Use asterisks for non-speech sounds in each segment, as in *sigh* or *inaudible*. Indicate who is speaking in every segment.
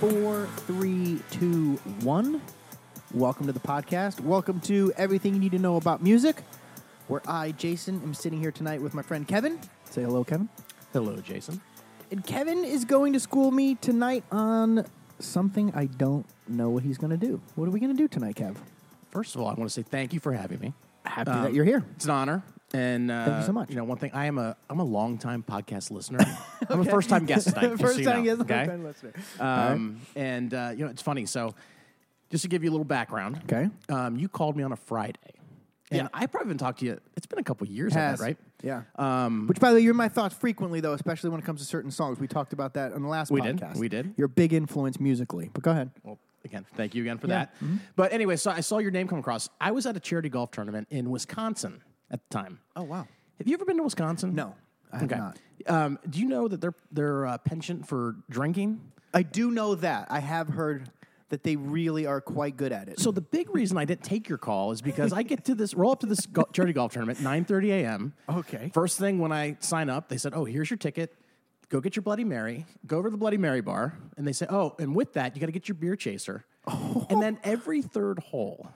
Speaker 1: four, three, two, one. Welcome to the podcast. Welcome to everything you need to know about music. Where I, Jason, am sitting here tonight with my friend Kevin. Say hello, Kevin.
Speaker 2: Hello, Jason.
Speaker 1: And Kevin is going to school me tonight on something I don't know what he's going to do. What are we going to do tonight, Kev?
Speaker 2: First of all, I want to say thank you for having me.
Speaker 1: Happy
Speaker 2: Um,
Speaker 1: that you're *laughs* here.
Speaker 2: It's an honor. And uh,
Speaker 1: Thank you so much.
Speaker 2: You know, one thing I am a I'm a longtime
Speaker 1: *laughs*
Speaker 2: podcast listener. I'm a first time guest tonight. just so
Speaker 1: First
Speaker 2: you
Speaker 1: time
Speaker 2: know,
Speaker 1: guest,
Speaker 2: okay?
Speaker 1: first time listener.
Speaker 2: Um, And uh, you know, it's funny. So, just to give you a little background,
Speaker 1: Okay.
Speaker 2: Um, you called me on a Friday, and
Speaker 1: Yeah.
Speaker 2: I probably haven't talked to you. It's been a couple years, on
Speaker 1: Has.
Speaker 2: that, right? Um,
Speaker 1: Yeah. Which, by the way, you're in my thoughts frequently, though, especially when it comes to certain songs. We talked about that on the last
Speaker 2: We did.
Speaker 1: podcast.
Speaker 2: We did.
Speaker 1: You're a big influence musically. But go ahead.
Speaker 2: Well, again, thank you again for
Speaker 1: Yeah. Mm-hmm.
Speaker 2: that. But anyway, so I saw your name come across. I was at a charity golf tournament in Wisconsin at the time.
Speaker 1: wow.
Speaker 2: Have you ever been to Wisconsin?
Speaker 1: Oh. No, I have not.
Speaker 2: Um, do you know that they're they're uh, penchant for drinking?
Speaker 1: I do know that. I have heard that they really are quite good at it.
Speaker 2: So the big reason I didn't take your call is because I get to this roll up to this go- charity golf tournament 9:30 a.m.
Speaker 1: Okay.
Speaker 2: First thing when I sign up, they said, "Oh, here's your ticket. Go get your Bloody Mary. Go over to the Bloody Mary bar." And they say, "Oh, and with that, you got to get your beer chaser."
Speaker 1: Oh.
Speaker 2: And then every third hole,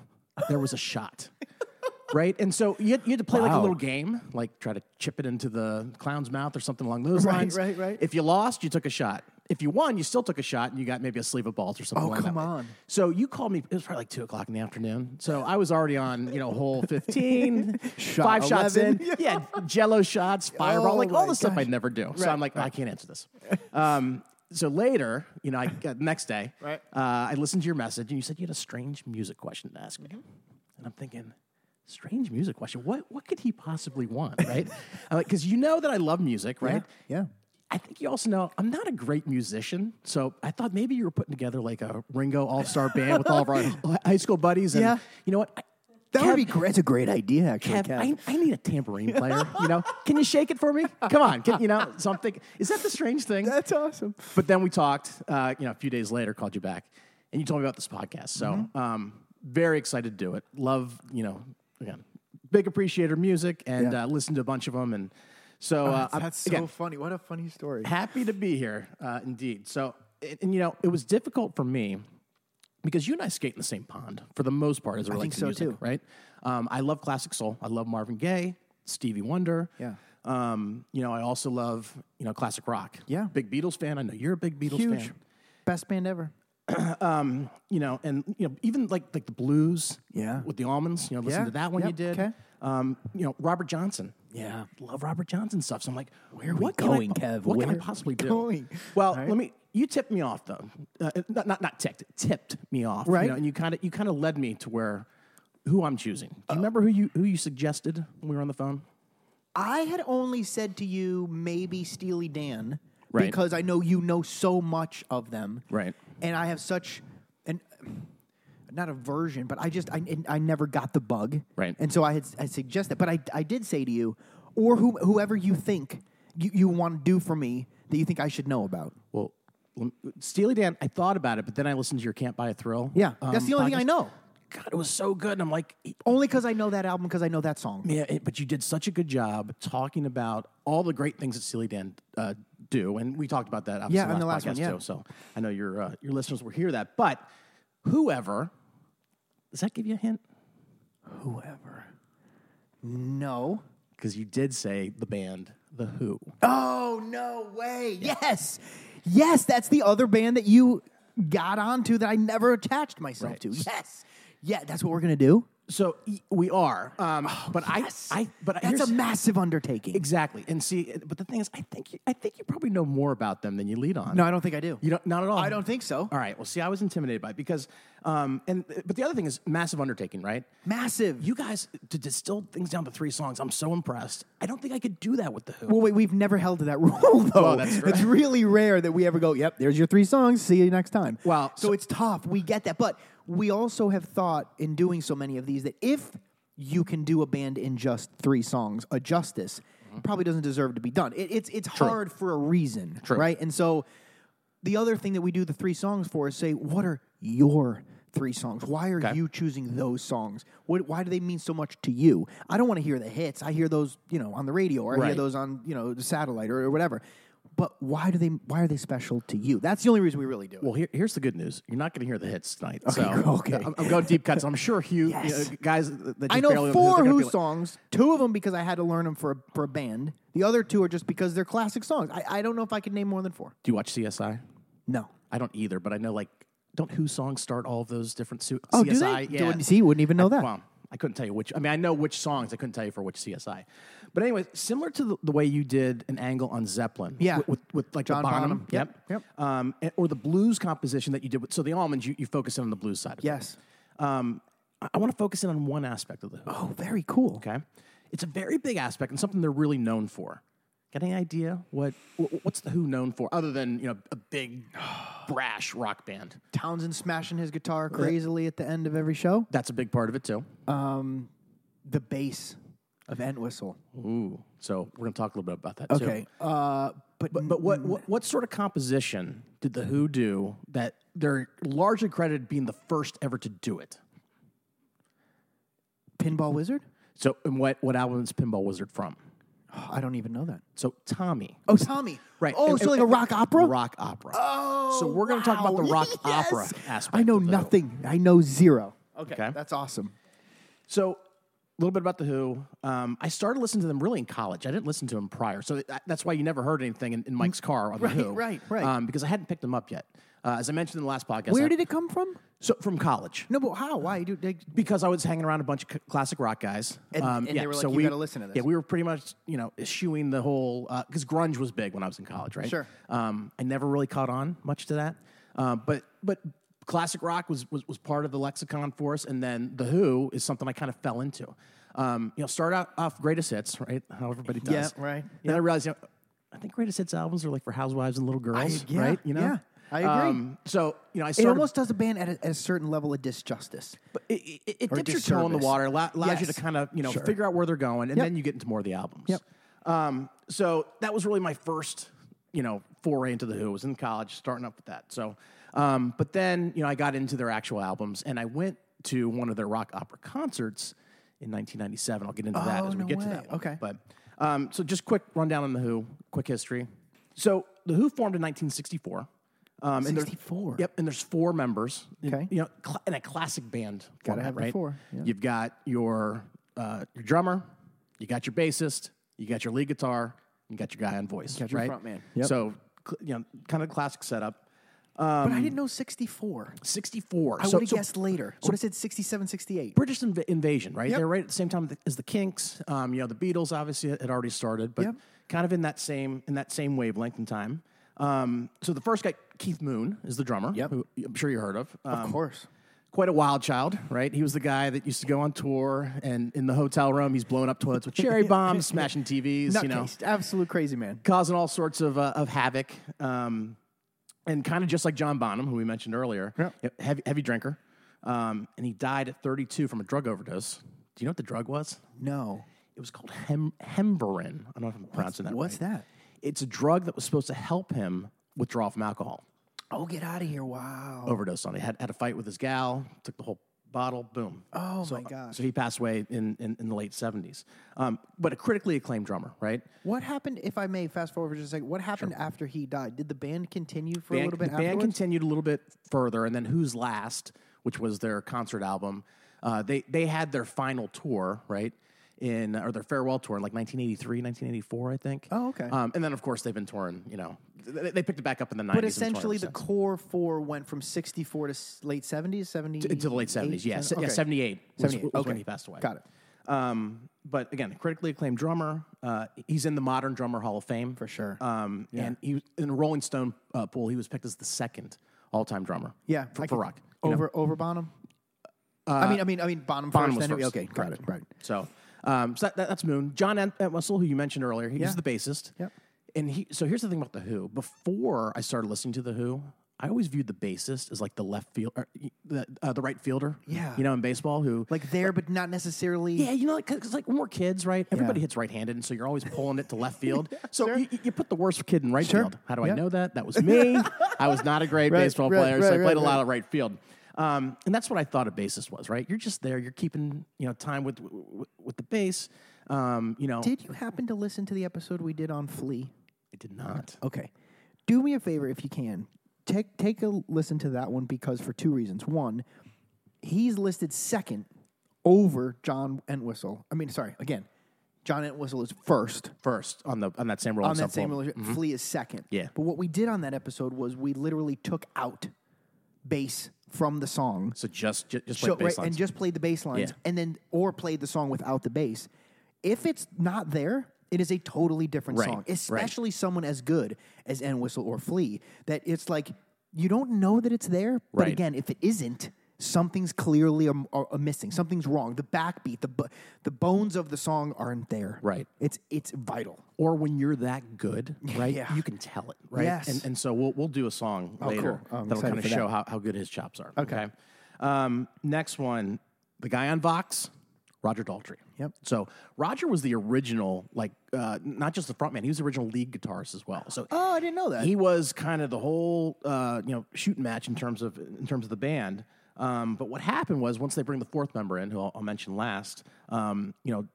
Speaker 2: there was a shot. Right, and so you had, you had to play like a
Speaker 1: Wow.
Speaker 2: little game, like try to chip it into the clown's mouth or something along those
Speaker 1: Right,
Speaker 2: lines.
Speaker 1: right, right.
Speaker 2: If you lost, you took a shot. If you won, you still took a shot, and you got maybe a sleeve of balls or something.
Speaker 1: Oh,
Speaker 2: along that
Speaker 1: come
Speaker 2: way.
Speaker 1: on.
Speaker 2: So you called me. It was probably like two o'clock in the afternoon. So I was already on, you know, hole fifteen,
Speaker 1: *laughs* Shot
Speaker 2: five shots in,
Speaker 1: 11.
Speaker 2: yeah, Jello shots, fireball,
Speaker 1: *laughs* Oh
Speaker 2: like all
Speaker 1: my
Speaker 2: the stuff I
Speaker 1: gosh.
Speaker 2: never do. So
Speaker 1: Right,
Speaker 2: I'm like, I can't answer this. Um, so later, you know, I uh, next day,
Speaker 1: Right.
Speaker 2: uh, I listened to your message, and you said you had a strange music question to ask me,
Speaker 1: Mm-hmm.
Speaker 2: and I'm thinking. Strange music question. What what could he possibly want, right? *laughs* I'm like, because you know that I love music, right?
Speaker 1: yeah.
Speaker 2: I think you also know I'm not a great musician, so I thought maybe you were putting together like a Ringo All
Speaker 1: *laughs*
Speaker 2: Star band with all of our hi- high school buddies. And
Speaker 1: Yeah.
Speaker 2: you know what? I,
Speaker 1: That
Speaker 2: Kev-
Speaker 1: would be great. That's a great idea, actually,
Speaker 2: Kev, I, I need a tambourine player. You know, can you shake it for me? Come on, can, you know. So I'm thinking, is that the strange thing?
Speaker 1: That's awesome.
Speaker 2: but then we talked. Uh, you know, a few days later, called you back, and you told me about this podcast. So
Speaker 1: Mm-hmm.
Speaker 2: um, very excited to do it. Love you know again, big appreciator of music, and
Speaker 1: Yeah. Oh,
Speaker 2: uh, listened to a bunch of them, and so uh, I'm-
Speaker 1: That's so
Speaker 2: again,
Speaker 1: funny. What a funny story.
Speaker 2: happy to be here, uh, indeed. So, and, and, you know, it was difficult for me because you and I skate in the same pond for the most part as it relates
Speaker 1: so,
Speaker 2: to music,
Speaker 1: too.
Speaker 2: right? Um, I love classic soul. I love Marvin Gaye, Stevie Wonder.
Speaker 1: Yeah.
Speaker 2: Um, you know, I also love you know classic rock.
Speaker 1: Yeah.
Speaker 2: Big Beatles fan. I know you're a big Beatles
Speaker 1: Huge.
Speaker 2: fan.
Speaker 1: Best band ever.
Speaker 2: You know, and you know even like like the blues.
Speaker 1: Yeah.
Speaker 2: With the almonds, you know, listen
Speaker 1: Yeah.
Speaker 2: to that one you
Speaker 1: Yep.
Speaker 2: did.
Speaker 1: Okay.
Speaker 2: Um, you know, Robert Johnson.
Speaker 1: Yeah.
Speaker 2: Love Robert Johnson stuff. So I'm like, where are
Speaker 1: we
Speaker 2: what can I
Speaker 1: going,
Speaker 2: po-
Speaker 1: Kev?
Speaker 2: What can
Speaker 1: Where
Speaker 2: I possibly
Speaker 1: we
Speaker 2: do?
Speaker 1: going?
Speaker 2: Well,
Speaker 1: Right.
Speaker 2: let me. You tipped me off though. Uh, not, not not tipped. Tipped me off.
Speaker 1: Right.
Speaker 2: You know, and you kind of you kind of led me to where who I'm choosing. Do
Speaker 1: Uh,
Speaker 2: you remember who you who you suggested when we were on the phone?
Speaker 1: I had only said to you maybe Steely Dan
Speaker 2: Right.
Speaker 1: because I know you know so much of them.
Speaker 2: Right.
Speaker 1: And I have such an not aversion, but I just I, I never got the bug.
Speaker 2: Right.
Speaker 1: And so I had I suggest that, but I I did say to you or who, whoever you think you, you want to do for me that you think I should know about.
Speaker 2: Well, lem- Steely Dan. I thought about it, but then I listened to your Can't Buy a Thrill. Um,
Speaker 1: Yeah. that's the only thing I
Speaker 2: podcast.
Speaker 1: know.
Speaker 2: God, it was so good. And I'm like,
Speaker 1: Only because I know that album because I know that song.
Speaker 2: Yeah, it, but you did such a good job talking about all the great things that Steely Dan uh, do, and we talked about that. Obviously
Speaker 1: Yeah, on the last one,
Speaker 2: podcast,
Speaker 1: yeah.
Speaker 2: Too, so I know your uh, your listeners will hear that. But whoever does that give you a hint?
Speaker 1: Whoever. No.
Speaker 2: Because you did say the band The Who.
Speaker 1: Oh no way! Yes, yes, that's the other band that you got onto that I never attached myself
Speaker 2: Right.
Speaker 1: to. Yes, yeah, that's what we're gonna do.
Speaker 2: So y- we are, um, but I, I, but
Speaker 1: Oh, that's
Speaker 2: here's-
Speaker 1: a massive undertaking.
Speaker 2: exactly. And see, but the thing is, I think you, I think you probably know more about them than you lead on.
Speaker 1: no, I don't think I do.
Speaker 2: You don't, not at all.
Speaker 1: I don't think so.
Speaker 2: All right. Well, see, I was intimidated by it because, um, and but the other thing is massive undertaking, right?
Speaker 1: Massive.
Speaker 2: You guys to distill things down to three songs. I'm so impressed. I don't think I could do that with the Who.
Speaker 1: well, wait, we've never held to that *laughs* rule though.
Speaker 2: Well, that's right.
Speaker 1: It's really rare that we ever go. Yep, there's your three songs. See you next time.
Speaker 2: Well,
Speaker 1: so,
Speaker 2: so-
Speaker 1: it's tough. We get that, but we also have thought in doing so many of these that if you can do a band in just three songs, a justice
Speaker 2: Mm-hmm.
Speaker 1: probably doesn't deserve to be done. It, it's it's hard for a reason,
Speaker 2: True.
Speaker 1: right? And so the other thing that we do the three songs for is say, what are your three songs? Why are you choosing those songs? What, why do they mean so much to you? I don't want to hear the hits. I hear those, you know, on the radio or I hear
Speaker 2: Right.
Speaker 1: those on, you know, the satellite or, or whatever. But why do they? Why are they special to you? That's the only reason we really do it.
Speaker 2: Well, here, here's the good news. You're not going to hear the hits tonight. *laughs* Okay,
Speaker 1: cool, okay.
Speaker 2: I'm, I'm going deep cuts. I'm sure Hugh,
Speaker 1: Yes.
Speaker 2: you know, guys that just
Speaker 1: I
Speaker 2: barely
Speaker 1: know four
Speaker 2: they're gonna
Speaker 1: Who
Speaker 2: be like-
Speaker 1: songs. Two of them because I had to learn them for a, for a band. The other two are just because they're classic songs. I, I don't know if I could name more than four.
Speaker 2: Do you watch CSI?
Speaker 1: No.
Speaker 2: I don't either, but I know like don't Who songs start all of those different su-
Speaker 1: Oh, do they?
Speaker 2: CSI? Yeah. Oh,
Speaker 1: Wouldn't- See, you wouldn't even know that.
Speaker 2: Well, I couldn't tell you which. I mean, I know which songs. I couldn't tell you for which CSI. But anyway, similar to the, the way you did an angle on Zeppelin.
Speaker 1: Yeah.
Speaker 2: With, with, with, like
Speaker 1: John
Speaker 2: the Bonham.
Speaker 1: Bonham. Yep,
Speaker 2: Yep. Um, and- or the blues composition that you did. With, so the almonds, you, you focus in on the blues side. Of
Speaker 1: Yes.
Speaker 2: It. Um, I, want to focus in on one aspect of the. Who,
Speaker 1: Oh, very cool.
Speaker 2: Okay. It's a very big aspect and something they're really known for. Got any idea what wh- what's the Who known for other than you know a big brash rock band?
Speaker 1: Townsend smashing his guitar crazily at the end of every show.
Speaker 2: That's a big part of it too.
Speaker 1: The bass of Entwhistle.
Speaker 2: Ooh. So we're gonna talk a little bit about that too.
Speaker 1: Okay. Uh, but,
Speaker 2: But what, what what sort of composition did the Who do that they're largely credited being the first ever to do it?
Speaker 1: Pinball Wizard? *sighs*
Speaker 2: So and what what album is Pinball Wizard from?
Speaker 1: Oh, I don't even know that.
Speaker 2: So Tommy.
Speaker 1: Oh, Tommy.
Speaker 2: Right.
Speaker 1: Oh,
Speaker 2: And-
Speaker 1: so like
Speaker 2: and-
Speaker 1: a rock opera?
Speaker 2: Rock opera.
Speaker 1: Oh,
Speaker 2: So we're gonna talk about the
Speaker 1: wow.
Speaker 2: rock
Speaker 1: *laughs* Yes.
Speaker 2: opera aspect.
Speaker 1: I know
Speaker 2: of the Who.
Speaker 1: nothing. I know zero.
Speaker 2: Okay.
Speaker 1: That's awesome.
Speaker 2: So, a little bit about the Who. Um, I started listening to them really in college. I didn't listen to them prior, so that, that's why you never heard anything in, in Mike's car on
Speaker 1: Right,
Speaker 2: the Who,
Speaker 1: right, right.
Speaker 2: Um, because I hadn't picked them up yet. Uh, as I mentioned in the last podcast,
Speaker 1: Where
Speaker 2: I-
Speaker 1: did it come from?
Speaker 2: so from college
Speaker 1: No, but how? Why? Do they,
Speaker 2: because I was hanging around a bunch of c- classic rock guys, Um,
Speaker 1: And- and they were like, "You gotta listen to this."
Speaker 2: Yeah, we were pretty much you know eschewing the whole because grunge was big when I was in college, right?
Speaker 1: Sure.
Speaker 2: Um, I never really caught on much to that, um, but but classic rock was, was was part of the lexicon for us, and then the Who is something I kind of fell into. Um, you know, start out off greatest hits, right? How everybody does,
Speaker 1: Yeah, right.
Speaker 2: And I realized, you know, I think greatest hits albums are like for housewives and little girls,
Speaker 1: yeah,
Speaker 2: right? You know, Um,
Speaker 1: yeah. I agree.
Speaker 2: so you know, I
Speaker 1: it
Speaker 2: started
Speaker 1: almost does a band at a, at a certain level of disjustice.
Speaker 2: but it, it, it
Speaker 1: Or
Speaker 2: dips your toe in the
Speaker 1: disservice.
Speaker 2: water, allow- allows you to
Speaker 1: Yes.
Speaker 2: kind of you know
Speaker 1: Sure.
Speaker 2: figure out where they're going, and then you get into more of the albums.
Speaker 1: Yep.
Speaker 2: Um, so that was really my first you know foray into the Who. I was in college, starting up with that. So, um, but then you know I got into their actual albums, and I went to one of their rock opera concerts in 1997. I'll get into that
Speaker 1: Oh,
Speaker 2: as we
Speaker 1: no
Speaker 2: get to
Speaker 1: way.
Speaker 2: that. One.
Speaker 1: Okay.
Speaker 2: But um, so just quick rundown on the Who, quick history. So the Who formed in 1964. Um, and there's-
Speaker 1: 64?
Speaker 2: Yep, and there's four members. in-
Speaker 1: Okay.
Speaker 2: you know, cl- in a classic band
Speaker 1: Gotta
Speaker 2: format,
Speaker 1: have the
Speaker 2: right?
Speaker 1: four, yeah.
Speaker 2: You've got your uh, your drummer, you got your bassist, you got your lead guitar, you got your guy on voice,
Speaker 1: got your
Speaker 2: right?
Speaker 1: front man. Yep.
Speaker 2: So cl- you know, kind of classic setup.
Speaker 1: but I didn't know 64.
Speaker 2: Sixty four.
Speaker 1: I
Speaker 2: so,
Speaker 1: would have
Speaker 2: so
Speaker 1: guessed later. I would have said 67, 68.
Speaker 2: British inv- invasion, right?
Speaker 1: Yep.
Speaker 2: They're right at the same time as the Kinks. Um, you know, the Beatles obviously had already started, but
Speaker 1: Yep.
Speaker 2: kind of in that same in that same wavelength and time. Um, so the first guy, Keith Moon, is the drummer,
Speaker 1: Yep.
Speaker 2: who I'm sure you heard of. Um,
Speaker 1: Of course.
Speaker 2: quite a wild child, right? He was the guy that used to go on tour and in the hotel room, he's blowing up toilets
Speaker 1: *laughs*
Speaker 2: with cherry bombs, smashing TVs, you know,
Speaker 1: Nutcase. Absolute crazy man.
Speaker 2: causing all sorts of, uh, of havoc. Um, and kind of just like John Bonham, who we mentioned earlier,
Speaker 1: Yeah.
Speaker 2: heavy, heavy drinker. Um, and he died at 32 from a drug overdose. Do you know what the drug was?
Speaker 1: No.
Speaker 2: It was called hem- Hemberin. I don't know if I'm pronouncing that
Speaker 1: What's
Speaker 2: right.
Speaker 1: that?
Speaker 2: It's a drug that was supposed to help him withdraw from alcohol
Speaker 1: Oh, get out of here. Wow.
Speaker 2: overdosed on it. Had had a fight with his gal, took the whole bottle, boom.
Speaker 1: Oh,
Speaker 2: so,
Speaker 1: my gosh.
Speaker 2: Uh, So he passed away in, in, in the late seventies. Um, but a critically acclaimed drummer, right?
Speaker 1: What happened, if I may fast forward for just a second, what happened after he died? Did the band continue for a
Speaker 2: Band,
Speaker 1: little bit
Speaker 2: the band
Speaker 1: afterwards?
Speaker 2: continued a little bit further, and then Who's Last, which was their concert album, uh, they they had their final tour, right? In or their farewell tour in like 1983, 1984, I think.
Speaker 1: Oh, okay.
Speaker 2: Um, and then of course they've been touring. You know, they, they picked it back up in the 90s.
Speaker 1: but
Speaker 2: and touring
Speaker 1: essentially,
Speaker 2: ever
Speaker 1: the
Speaker 2: since.
Speaker 1: core four went from 64 to s- late 70s, 70
Speaker 2: into the late 70s, yeah, se- yeah, 78 was,
Speaker 1: 78,
Speaker 2: was when
Speaker 1: okay.
Speaker 2: he passed away.
Speaker 1: Got it.
Speaker 2: Um, but again, critically acclaimed drummer. Uh, he's in the Modern Drummer Hall of Fame for
Speaker 1: sure.
Speaker 2: Um, And he was, in the Rolling Stone uh, pool, he was picked as the second all-time drummer.
Speaker 1: Yeah,
Speaker 2: for,
Speaker 1: I Oh.
Speaker 2: for
Speaker 1: could-
Speaker 2: rock. you know? Uh,
Speaker 1: Over over Bonham. I mean, I mean, I mean Bonham,
Speaker 2: Bonham
Speaker 1: first.
Speaker 2: was
Speaker 1: then-
Speaker 2: first.
Speaker 1: Okay, got
Speaker 2: Correct.
Speaker 1: it. Right.
Speaker 2: So, um, so that, that- that's Moon. John Ent- Entwistle, who you mentioned earlier, he was the bassist.
Speaker 1: Yep.
Speaker 2: And he, so here's the thing about the Who. Before I started listening to the Who, I always viewed the bassist as like the left field, or, the uh, the right fielder.
Speaker 1: Yeah.
Speaker 2: You know, in baseball, who
Speaker 1: Like there, but not necessarily.
Speaker 2: yeah, you know, like, cause like when we're kids, right? Everybody hits right-handed, and so you're always pulling it
Speaker 1: *laughs*
Speaker 2: to left field. so you, you put the worst kid in right field. How do I
Speaker 1: Yep.
Speaker 2: know that?
Speaker 1: *laughs*
Speaker 2: That was me. I was not a great
Speaker 1: Right,
Speaker 2: baseball
Speaker 1: right,
Speaker 2: player, so I
Speaker 1: right,
Speaker 2: played
Speaker 1: right,
Speaker 2: a lot
Speaker 1: right.
Speaker 2: of right field. Um, and that's what I thought a bassist was, right? You're just there. You're keeping, you know, time with with, with the bass. Um, you know,
Speaker 1: Did you happen to listen to the episode we did on Flea?
Speaker 2: I did not.
Speaker 1: Okay. Do me a favor if you can. Take take a listen to that one because for two reasons. One, he's listed second over John Entwistle. I mean, sorry, again. John Entwistle is first
Speaker 2: First on the on that same roll.
Speaker 1: on that same relationship. Flea is second.
Speaker 2: Mm-hmm. Yeah.
Speaker 1: But what we did on that episode was we literally took out bass from the song.
Speaker 2: So just just, just
Speaker 1: So-
Speaker 2: play
Speaker 1: right, and just played the bass lines
Speaker 2: Yeah.
Speaker 1: and then or played the song without the bass. If it's not there, it is a totally different
Speaker 2: Right,
Speaker 1: song,
Speaker 2: right.
Speaker 1: especially someone as good as Entwistle or Flea. That it's like you don't know that it's there, but
Speaker 2: Right.
Speaker 1: again, if it isn't, something's clearly a, a, a missing. Something's wrong. The backbeat, the bu- the bones of the song aren't there.
Speaker 2: Right.
Speaker 1: It's it's vital.
Speaker 2: or when you're
Speaker 1: *laughs*
Speaker 2: that good, right?
Speaker 1: Yeah.
Speaker 2: You can tell it, right?
Speaker 1: Yes.
Speaker 2: And, and so we'll, we'll do a song later
Speaker 1: cool. Oh, I'm
Speaker 2: that'll
Speaker 1: excited
Speaker 2: kind of
Speaker 1: for that.
Speaker 2: show how, how good his chops are. Okay. Um, next one, the guy on Vox, Roger Daltrey.
Speaker 1: Yep.
Speaker 2: So Roger was the original, like, uh, not just the frontman, he was the original lead guitarist as well. So
Speaker 1: Oh, I didn't know that.
Speaker 2: he was kind of the whole uh, you know shooting match in terms of in terms of the band. Um, but what happened was once they bring the fourth member in, who I'll, I'll mention last, um, you know,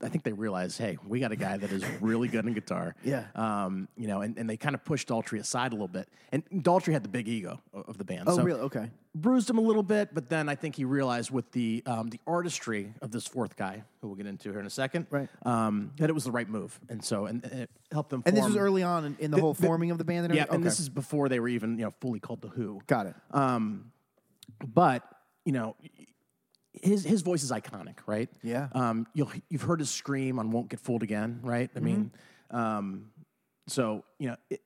Speaker 2: I think they realized, hey, we got a guy that is really good in guitar.
Speaker 1: *laughs* Yeah.
Speaker 2: Um, you know, and, and they kind of pushed Daltrey aside a little bit. And Daltrey had the big ego o- of the band.
Speaker 1: oh,
Speaker 2: so
Speaker 1: really? Okay.
Speaker 2: bruised him a little bit, but then I think he realized with the um, the artistry of this fourth guy, who we'll get into here in a second,
Speaker 1: Right.
Speaker 2: um, that it was the right move. And so and, and it helped them
Speaker 1: And this
Speaker 2: form-
Speaker 1: was early on in, in the, whole forming of the band. And Uh,
Speaker 2: yeah,
Speaker 1: everything?
Speaker 2: and
Speaker 1: Okay.
Speaker 2: this is before they were even you know fully called the Who.
Speaker 1: got it.
Speaker 2: But you know, his his voice is iconic, right?
Speaker 1: Yeah.
Speaker 2: Um, you'll you've heard his scream on "Won't Get Fooled Again," right? I mean,
Speaker 1: Mm-hmm.
Speaker 2: um, so you know, it,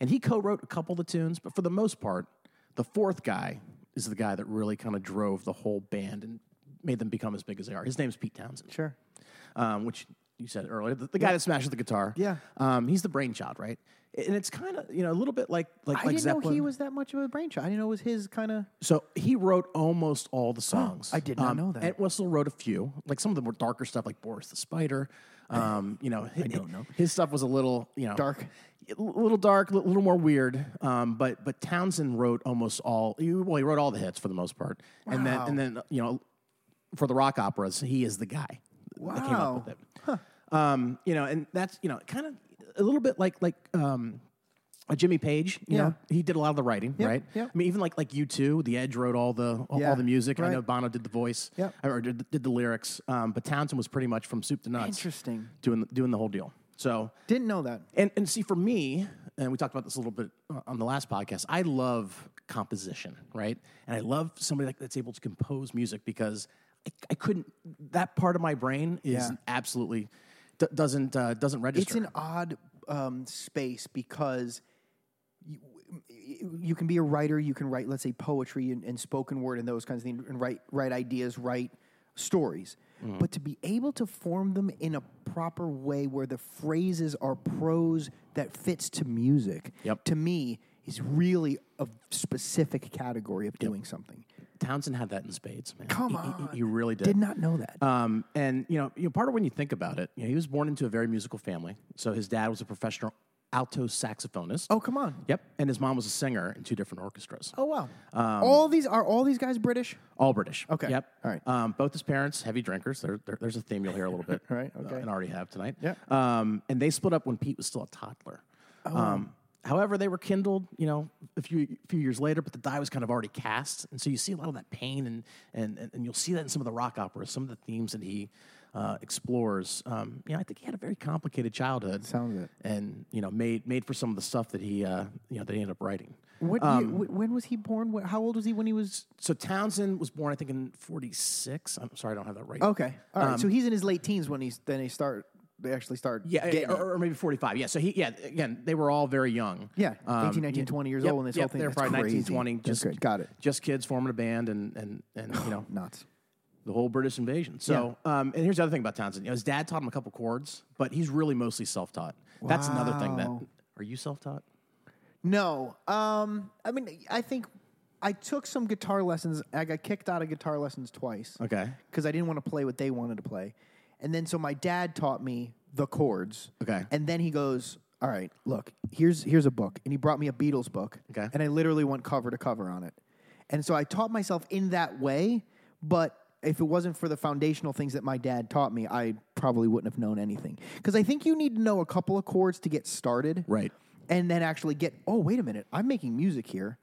Speaker 2: and he co-wrote a couple of the tunes, but for the most part, the fourth guy is the guy that really kind of drove the whole band and made them become as big as they are. His name's Pete Townsend
Speaker 1: sure.
Speaker 2: um, which you said earlier, the, the guy that smashes the guitar.
Speaker 1: Yeah.
Speaker 2: um, he's the brainchild, right? And it's kind of you know a little bit like like
Speaker 1: I
Speaker 2: like
Speaker 1: didn't
Speaker 2: Zeppelin.
Speaker 1: know he was that much of a brainchild. I didn't know it was his kind of.
Speaker 2: so he wrote almost all the songs.
Speaker 1: Oh, I did not know that.
Speaker 2: Entwistle wrote a few, like some of the more darker stuff, like Boris the Spider. Um, you know, I
Speaker 1: don't know.
Speaker 2: His stuff was a little you know
Speaker 1: Dark.
Speaker 2: a little dark, a little more weird. Um, but but Townsend wrote almost all. He, well, he wrote all the hits for the most part, and then
Speaker 1: Wow.
Speaker 2: and then you know for the rock operas, he is the guy that came
Speaker 1: Wow.
Speaker 2: up with it. Um, you know, and that's you know kind of a little bit like like um, a Jimmy Page. You
Speaker 1: Yeah.
Speaker 2: know, he did a lot of the writing, right?
Speaker 1: yep.
Speaker 2: I mean, even like like you two, The Edge wrote all the all,
Speaker 1: Yeah,
Speaker 2: all the music.
Speaker 1: right.
Speaker 2: I know Bono did the voice,
Speaker 1: Yep.
Speaker 2: or did, did the lyrics. Um, but Townsend was pretty much from soup to nuts,
Speaker 1: Interesting.
Speaker 2: doing doing the whole deal. So
Speaker 1: Didn't know that.
Speaker 2: and and see, for me, and we talked about this a little bit uh, on the last podcast. I love composition, right? And I love somebody like that's able to compose music because I, I couldn't. That part of my brain is
Speaker 1: Yeah.
Speaker 2: absolutely d- doesn't uh, doesn't register.
Speaker 1: It's an odd um, space because you, you can be a writer, you can write, let's say, poetry and, and spoken word and those kinds of things, and write, write ideas, write stories. But to be able to form them in a proper way where the phrases are prose that fits to music,
Speaker 2: Yep.
Speaker 1: to me, is really a specific category of doing something.
Speaker 2: Townsend had that in spades, man.
Speaker 1: Come
Speaker 2: He- he,
Speaker 1: on.
Speaker 2: he, really did.
Speaker 1: Did not know that. Uh,
Speaker 2: Um, and you know, you know, part of when you think about it, you know, he was born into a very musical family. So his dad was a professional alto saxophonist.
Speaker 1: oh, come on.
Speaker 2: Yep, and his mom was a singer in two different orchestras.
Speaker 1: Oh wow! all these are all these guys British?
Speaker 2: All British.
Speaker 1: Okay.
Speaker 2: Yep.
Speaker 1: All right.
Speaker 2: Um, both his parents, heavy drinkers. There, there- there's a theme you'll hear a little bit.
Speaker 1: *laughs* Right,
Speaker 2: uh,
Speaker 1: okay.
Speaker 2: and already have tonight.
Speaker 1: Yeah. Oh.
Speaker 2: Um, and they split up when Pete was still a toddler. Um, however, they were kindled, you know, a few, few years later, but the die was kind of already cast. And so you see a lot of that pain, and, and, and, and you'll see that in some of the rock operas, some of the themes that he uh, explores. Um, you know, I think he had a very complicated childhood.
Speaker 1: Sounds it.
Speaker 2: And, you know, made, made for some of the stuff that he, uh, you know, that he ended up writing.
Speaker 1: What? year- wh- when was he born? What, how old was he when he was?
Speaker 2: So Townsend was born, I think, in '46. I'm sorry, I don't have that right.
Speaker 1: Okay, all right. so he's in his late teens when he's then they start they actually start.
Speaker 2: Yeah,
Speaker 1: getting it.
Speaker 2: or, or maybe 45. Yeah. So he, yeah, again, they were all very young. Um,
Speaker 1: Yeah, 18, 19, 20 years old when this whole thing-
Speaker 2: They're
Speaker 1: that's
Speaker 2: probably 19,
Speaker 1: crazy.
Speaker 2: 20.
Speaker 1: That's
Speaker 2: Just
Speaker 1: good. Got it.
Speaker 2: Just kids forming a band and and and
Speaker 1: *sighs*
Speaker 2: you know
Speaker 1: nuts.
Speaker 2: the whole British invasion. So, um, and here's the other thing about Townsend. You know, his dad taught him a couple chords, but he's really mostly self-taught. That's another thing that.
Speaker 1: Wow.
Speaker 2: Are you self-taught?
Speaker 1: No, um, I mean, I think I took some guitar lessons. I got kicked out of guitar lessons twice.
Speaker 2: Okay.
Speaker 1: because I didn't want to play what they wanted to play. And then so my dad taught me the chords.
Speaker 2: Okay.
Speaker 1: And then he goes, "All right, look, here's here's a book." And he brought me a Beatles book.
Speaker 2: Okay.
Speaker 1: And I literally went cover to cover on it. And so I taught myself in that way, but if it wasn't for the foundational things that my dad taught me, I probably wouldn't have known anything. Because I think you need to know a couple of chords to get started.
Speaker 2: Right.
Speaker 1: And then actually get, oh, wait a minute, I'm making music here.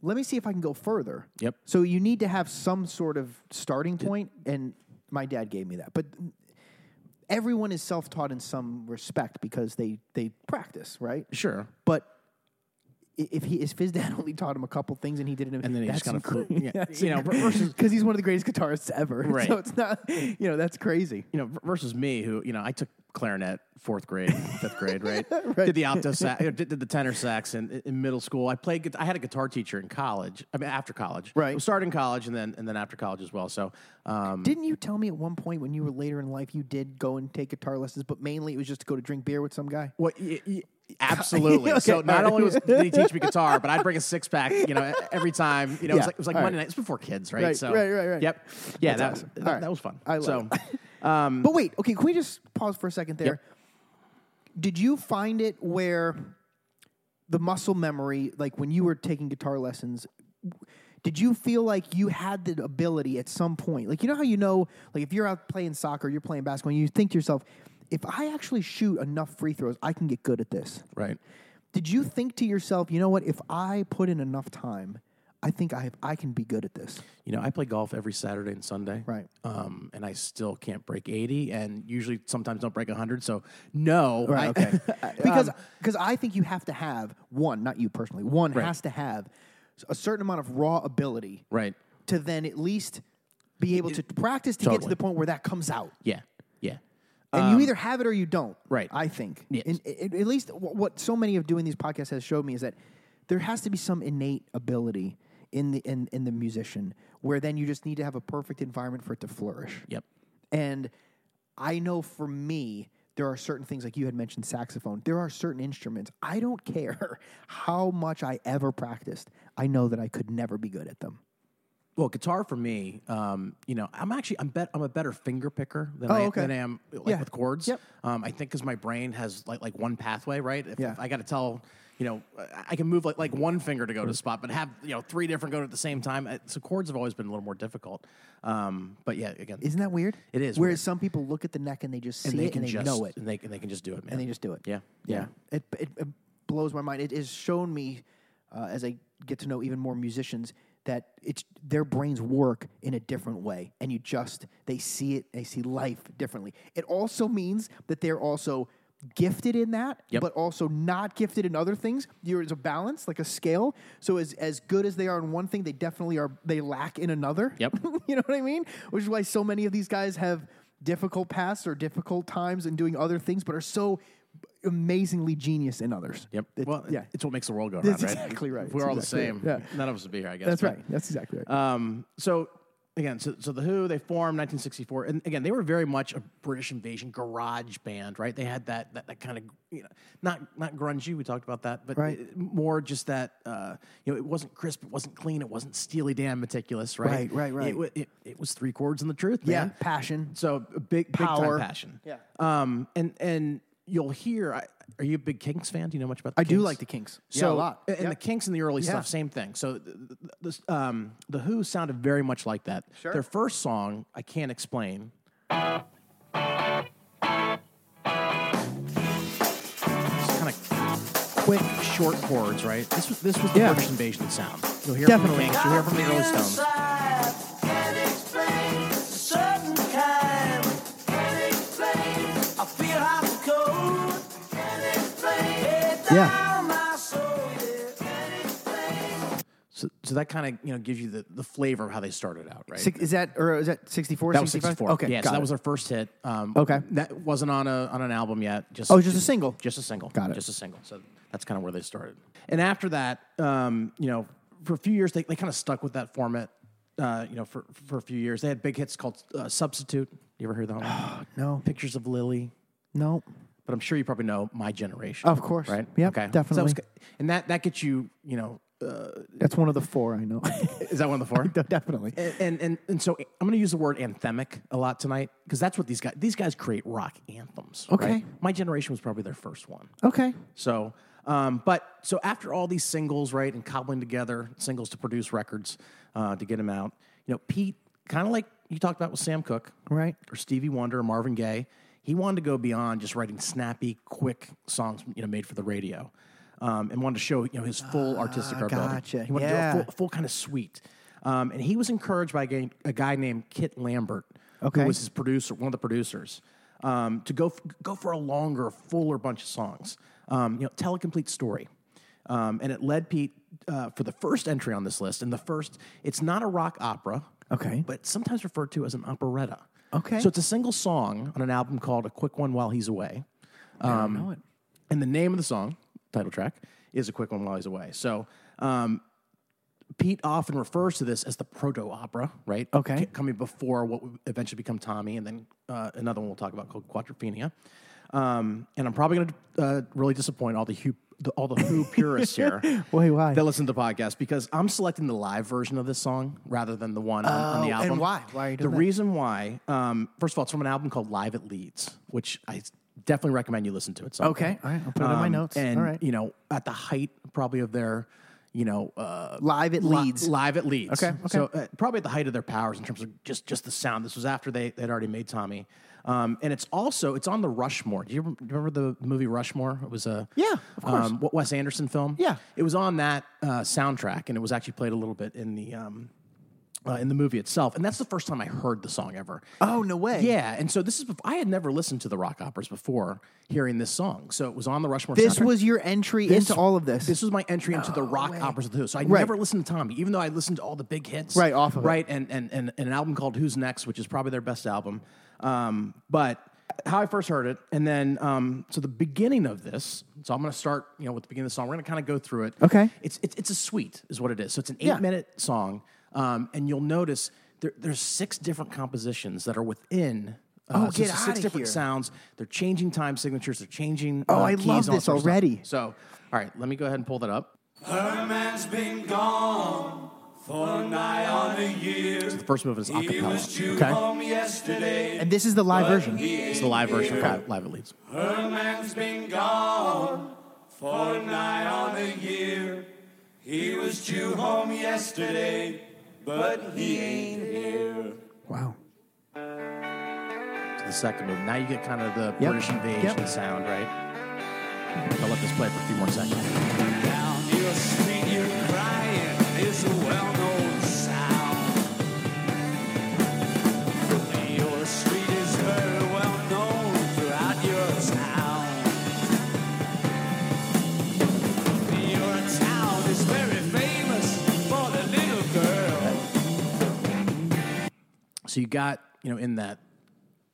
Speaker 1: Let me see if I can go further.
Speaker 2: Yep.
Speaker 1: So you need to have some sort of starting point, and my dad gave me that. But everyone is self taught in some respect because they, they practice, right?
Speaker 2: Sure.
Speaker 1: But i- if he if his dad *laughs* only taught him a couple things and he did it,
Speaker 2: And then he
Speaker 1: that's
Speaker 2: just kind of flew.
Speaker 1: incre-
Speaker 2: Yeah.
Speaker 1: *laughs* that's
Speaker 2: You know, ver- versus
Speaker 1: because he's one of the greatest guitarists ever. *laughs*
Speaker 2: Right.
Speaker 1: So it's not, you know, that's crazy.
Speaker 2: you know, v- versus me, who you know, I took clarinet
Speaker 1: *laughs*
Speaker 2: fourth grade, fifth grade, right? Did the alto sax, did, did the tenor sax in, in middle school. I played. guit- I had a guitar teacher in college. I mean, after college,
Speaker 1: Right.
Speaker 2: I started in college and then and then after college as well. So, um,
Speaker 1: Didn't you tell me at one point when you were later in life you did go and take guitar lessons, but mainly it was just to go to drink beer with some guy?
Speaker 2: what? Y- y- *laughs*
Speaker 1: *laughs*
Speaker 2: absolutely.
Speaker 1: Okay,
Speaker 2: so
Speaker 1: all
Speaker 2: not
Speaker 1: right.
Speaker 2: only was did he teach
Speaker 1: *laughs*
Speaker 2: me guitar, but I'd bring a six pack. You know, e- every time. You know,
Speaker 1: Yeah,
Speaker 2: it was like it was like
Speaker 1: all right.
Speaker 2: Monday night. It's before kids, right?
Speaker 1: Right,
Speaker 2: so
Speaker 1: right, right, right.
Speaker 2: Yep. Yeah,
Speaker 1: That's
Speaker 2: that,
Speaker 1: awesome.
Speaker 2: that,
Speaker 1: All right.
Speaker 2: that was fun.
Speaker 1: I love
Speaker 2: so.
Speaker 1: it. *laughs* but wait, okay, can we just pause for a second there? Did you find it where the muscle memory, like when you were taking guitar lessons, w- did you feel like you had the ability at some point? Like, you know how you know, like if you're out playing soccer, you're playing basketball, and you think to yourself, if I actually shoot enough free throws, I can get good at this.
Speaker 2: Right.
Speaker 1: Did you think to yourself, you know what, if I put in enough time, I think I, I can be good at this?
Speaker 2: You know, I play golf every Saturday and Sunday.
Speaker 1: Right.
Speaker 2: Um, and I still can't break 80 and usually sometimes don't break 100. So, no. *laughs*
Speaker 1: *laughs*
Speaker 2: I-
Speaker 1: okay.
Speaker 2: um,
Speaker 1: because because I think you have to have one, not you personally, one has to have a certain amount of raw ability
Speaker 2: right.
Speaker 1: to then at least be able to practice to get to
Speaker 2: Totally.
Speaker 1: the point where that comes out.
Speaker 2: Yeah. Yeah.
Speaker 1: And you either have it or you don't.
Speaker 2: Um, Right.
Speaker 1: I think.
Speaker 2: Yes.
Speaker 1: And, and- at least what, what so many of doing these podcasts has showed me is that there has to be some innate ability in the in, in the musician where then you just need to have a perfect environment for it to flourish.
Speaker 2: Yep.
Speaker 1: And I know for me, there are certain things like you had mentioned saxophone. There are certain instruments. I don't *laughs* care how much I ever practiced. I know that I could never be good at them.
Speaker 2: Well, guitar for me, um, you know, I'm actually I'm bet I'm a better finger picker than,
Speaker 1: Oh,
Speaker 2: I,
Speaker 1: okay.
Speaker 2: than I am like
Speaker 1: Yeah.
Speaker 2: with chords.
Speaker 1: Yep.
Speaker 2: Um, I think because my brain has like like one pathway, right? If,
Speaker 1: Yeah.
Speaker 2: if I got to tell, you know, I- I can move like, like one finger to go to
Speaker 1: Mm-hmm.
Speaker 2: a spot, but have you know three different go to at the same time. Uh, So chords have always been a little more difficult. Um, but yeah, again,
Speaker 1: Isn't that weird?
Speaker 2: It is
Speaker 1: Whereas
Speaker 2: weird.
Speaker 1: some people look at the neck and they just see
Speaker 2: and they
Speaker 1: it
Speaker 2: can
Speaker 1: and they
Speaker 2: just
Speaker 1: know it
Speaker 2: and they, and they can just do it, man.
Speaker 1: and they just do it.
Speaker 2: Yeah. Yeah.
Speaker 1: It, it, it blows my mind. It has shown me, uh, as I get to know even more musicians, that it's their brains work in a different way, and you just they see it, they see life differently. It also means that they're also gifted in that,
Speaker 2: Yep.
Speaker 1: but also not gifted in other things. There's a balance, like a scale. So as as good as they are in one thing, they definitely are they lack in another. *laughs*
Speaker 2: Yep.
Speaker 1: you know what I mean? Which is why so many of these guys have difficult pasts or difficult times and doing other things, but are so amazingly genius in others.
Speaker 2: Yep.
Speaker 1: It's-
Speaker 2: well,
Speaker 1: yeah,
Speaker 2: it's what makes the world go
Speaker 1: *laughs*
Speaker 2: around,
Speaker 1: That's
Speaker 2: right?
Speaker 1: exactly right.
Speaker 2: If we're all
Speaker 1: That's exactly
Speaker 2: the
Speaker 1: right.
Speaker 2: same.
Speaker 1: Yeah.
Speaker 2: None of us would be here, I guess.
Speaker 1: that's
Speaker 2: but-
Speaker 1: right. That's exactly right.
Speaker 2: Um, so again, so, so the Who they formed 1964, and again they were very much a British invasion garage band, right? They had that that, that kind of you know not not grungy. We talked about that, but
Speaker 1: Right.
Speaker 2: it- more just that uh, you know it wasn't crisp, it wasn't clean, it wasn't steely damn meticulous, right?
Speaker 1: Right, right, right.
Speaker 2: It, wa- it, it was three chords and the truth,
Speaker 1: yeah,
Speaker 2: man.
Speaker 1: passion.
Speaker 2: So a big
Speaker 1: Power.
Speaker 2: power passion. Yeah. Um, and and you'll hear. I, are you a big Kinks fan? Do you know much about? The
Speaker 1: I do like the uh, Kinks. Yeah, a
Speaker 2: So
Speaker 1: lot.
Speaker 2: And
Speaker 1: Yeah.
Speaker 2: the Kinks and the early
Speaker 1: Yeah.
Speaker 2: stuff, same thing. So th- th- this, um, the Who sounded very much like that.
Speaker 1: Sure.
Speaker 2: Their first song, I can't explain. Kind of quick, short chords, right? This was this was the
Speaker 1: Yeah.
Speaker 2: British Invasion sound. You'll hear
Speaker 1: Definitely.
Speaker 2: from the Kinks. You'll hear from the early Stones. So, so that kind of you know gives you the, the flavor of how they started out, right?
Speaker 1: Six, is that or is that sixty four?
Speaker 2: That was 64.
Speaker 1: Okay,
Speaker 2: yeah, so
Speaker 1: got
Speaker 2: that
Speaker 1: it.
Speaker 2: was their first hit. Um,
Speaker 1: Okay.
Speaker 2: that wasn't on a on an album yet. Just
Speaker 1: Oh, just a single.
Speaker 2: Just a single.
Speaker 1: Got it.
Speaker 2: Just a single. So that's kind of where they started. And after that, um, you know, for a few years they, they kind of stuck with that format. Uh, you know, for for a few years they had big hits called uh, Substitute. You ever hear
Speaker 1: *gasps*
Speaker 2: that? one?
Speaker 1: no,
Speaker 2: Pictures of Lily.
Speaker 1: no.
Speaker 2: But I'm sure you probably know my generation.
Speaker 1: Of course.
Speaker 2: right?
Speaker 1: Yep,
Speaker 2: okay, So that
Speaker 1: definitely.
Speaker 2: was ki- and that that gets you, you know, uh,
Speaker 1: That's one of the four
Speaker 2: *laughs*
Speaker 1: I know. *laughs*
Speaker 2: is that one of the four?
Speaker 1: Definitely.
Speaker 2: and and and, and so I'm going to use the word anthemic a lot tonight because that's what these guys these guys create rock anthems.
Speaker 1: Okay.
Speaker 2: right? my generation was probably their first one.
Speaker 1: Okay.
Speaker 2: So, um, but so after all these singles, right, and cobbling together singles to produce records uh, to get them out, you know, Pete kind of like you talked about with Sam Cooke
Speaker 1: Right.
Speaker 2: or Stevie Wonder or Marvin Gaye. He wanted to go beyond just writing snappy, quick songs, you know, made for the radio, um, and wanted to show you know his full artistic ability.
Speaker 1: Ah, gotcha.
Speaker 2: He wanted
Speaker 1: Yeah.
Speaker 2: to do a full, full kind of suite, um, and he was encouraged by a guy, a guy named Kit Lambert,
Speaker 1: Okay.
Speaker 2: who was his producer, one of the producers, um, to go f- go for a longer, fuller bunch of songs. Um, you know, tell a complete story. Um, and it led Pete uh, for the first entry on this list. And the first, it's not a rock opera,
Speaker 1: Okay.
Speaker 2: but it's sometimes referred to as an operetta.
Speaker 1: Okay.
Speaker 2: So it's a single song on an album called A Quick One While He's Away. um,
Speaker 1: I know it.
Speaker 2: And the name of the song, title track, is A Quick One While He's Away. So um, Pete often refers to this as the proto opera, right?
Speaker 1: Okay.
Speaker 2: C- Coming before what would eventually become Tommy, and then uh, another one we'll talk about called Quadrophenia. Um, and I'm probably going to uh, really disappoint all the, Who, the all the Who purists here.
Speaker 1: *laughs* Wait, why?
Speaker 2: That listen to the podcast because I'm selecting the live version of this song rather than the one on, on the
Speaker 1: Oh,
Speaker 2: album.
Speaker 1: and why? Why are you doing
Speaker 2: the
Speaker 1: that?
Speaker 2: reason why? Um, first of all, it's from an album called Live at Leeds, which I definitely recommend you listen to. It's
Speaker 1: Okay. All right. I'll put it in my notes.
Speaker 2: Um, And
Speaker 1: All right.
Speaker 2: you know, at the height probably of their, you know, uh,
Speaker 1: Live at
Speaker 2: li-
Speaker 1: Leeds.
Speaker 2: live at Leeds.
Speaker 1: Okay, okay.
Speaker 2: So uh, probably at the height of their powers in terms of just just the sound. This was after they they'd already made Tommy. Um, and it's also it's on the Rushmore. Do you rem- remember the movie Rushmore? It was a
Speaker 1: Yeah, of course.
Speaker 2: um, what Wes Anderson film.
Speaker 1: Yeah.
Speaker 2: it was on that uh, soundtrack, and it was actually played a little bit in the um, uh, in the movie itself. And that's the first time I heard the song ever.
Speaker 1: oh no way.
Speaker 2: Yeah, and so this is bef- I had never listened to the rock operas before hearing this song. So it was on the Rushmore.
Speaker 1: This
Speaker 2: soundtrack.
Speaker 1: was your entry into all of this.
Speaker 2: This was my entry into the rock operas of the Who. So I
Speaker 1: Right.
Speaker 2: never listened to Tommy, even though I listened to all the big hits.
Speaker 1: Right, off of it.
Speaker 2: Right, and, and, and, and an album called Who's Next, which is probably their best album. Um, but how I first heard it, and then um, so the beginning of this. So I'm going to start, you know, with the beginning of the song. We're going to kind of go through it.
Speaker 1: Okay.
Speaker 2: It's, it's it's a suite, is what it is. So it's an eight
Speaker 1: Yeah.
Speaker 2: minute song, um, and you'll notice there, there's six different compositions that are within. Uh,
Speaker 1: Oh,
Speaker 2: so
Speaker 1: get
Speaker 2: six
Speaker 1: outta
Speaker 2: different
Speaker 1: here.
Speaker 2: sounds. They're changing time signatures. They're changing.
Speaker 1: Oh,
Speaker 2: uh,
Speaker 1: I
Speaker 2: keys,
Speaker 1: love
Speaker 2: all
Speaker 1: this
Speaker 2: sorts of stuff.
Speaker 1: already.
Speaker 2: So, all right, let me go ahead and pull that up.
Speaker 3: Her man's been gone for nigh on a year.
Speaker 2: First move is
Speaker 3: He was
Speaker 2: acapella.
Speaker 3: due
Speaker 1: Okay.
Speaker 3: home yesterday.
Speaker 1: and this is the live version.
Speaker 2: It's the live version of Live- Live at Leeds.
Speaker 3: Her man's been gone for nigh on a year. He was due home yesterday, but he ain't here.
Speaker 1: Wow.
Speaker 2: It's the second move. Now you get kind of the
Speaker 1: Yep.
Speaker 2: British invasion
Speaker 1: Yep.
Speaker 2: sound, right? I'll let this play for a few more seconds.
Speaker 3: Down your street, you crying is a well-known sound. Your street is very well known throughout your town. Your town is very famous for the little girl.
Speaker 2: So you got, you know, in that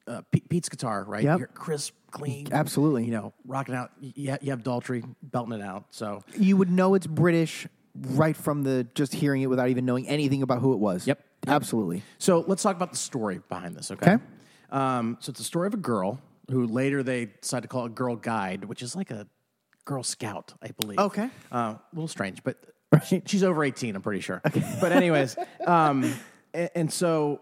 Speaker 2: uh, Pete- Pete's guitar, right?
Speaker 1: Yep.
Speaker 2: You're crisp, clean.
Speaker 1: Absolutely.
Speaker 2: You know, rocking out. You, you have Daltrey belting it out. So,
Speaker 1: You would know it's British right from the just hearing it without even knowing anything about who it was.
Speaker 2: Yep.
Speaker 1: Absolutely.
Speaker 2: so let's talk about the story behind this, okay?
Speaker 1: Okay.
Speaker 2: Um, so it's the story of a girl who later they decide to call a girl guide, which is like a girl scout, I believe.
Speaker 1: Okay.
Speaker 2: Uh, a little strange, but *laughs* she- she's over 18, I'm pretty sure.
Speaker 1: *laughs*
Speaker 2: But, anyways, um, and, and so.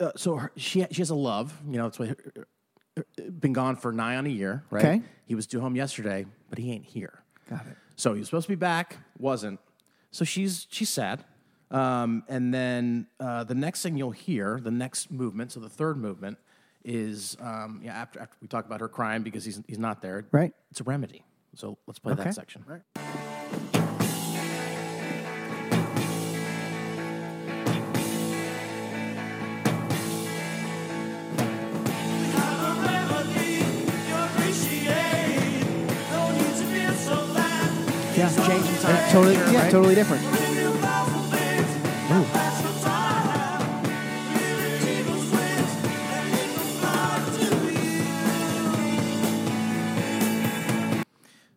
Speaker 2: Uh, so her, she she has a love, you know. That's why her- her- been gone for nigh on a year, right?
Speaker 1: Okay.
Speaker 2: He was due home yesterday, but he ain't here.
Speaker 1: Got it.
Speaker 2: So he was supposed to be back, wasn't. So she's she's sad. Um, and then uh, the next thing you'll hear, the next movement, so the third movement is um, yeah, after, after we talk about her crying because he's he's not there.
Speaker 1: Right.
Speaker 2: It's a remedy. So let's play
Speaker 1: Okay.
Speaker 2: that section. Yeah, changing
Speaker 1: It's totally, yeah, totally different.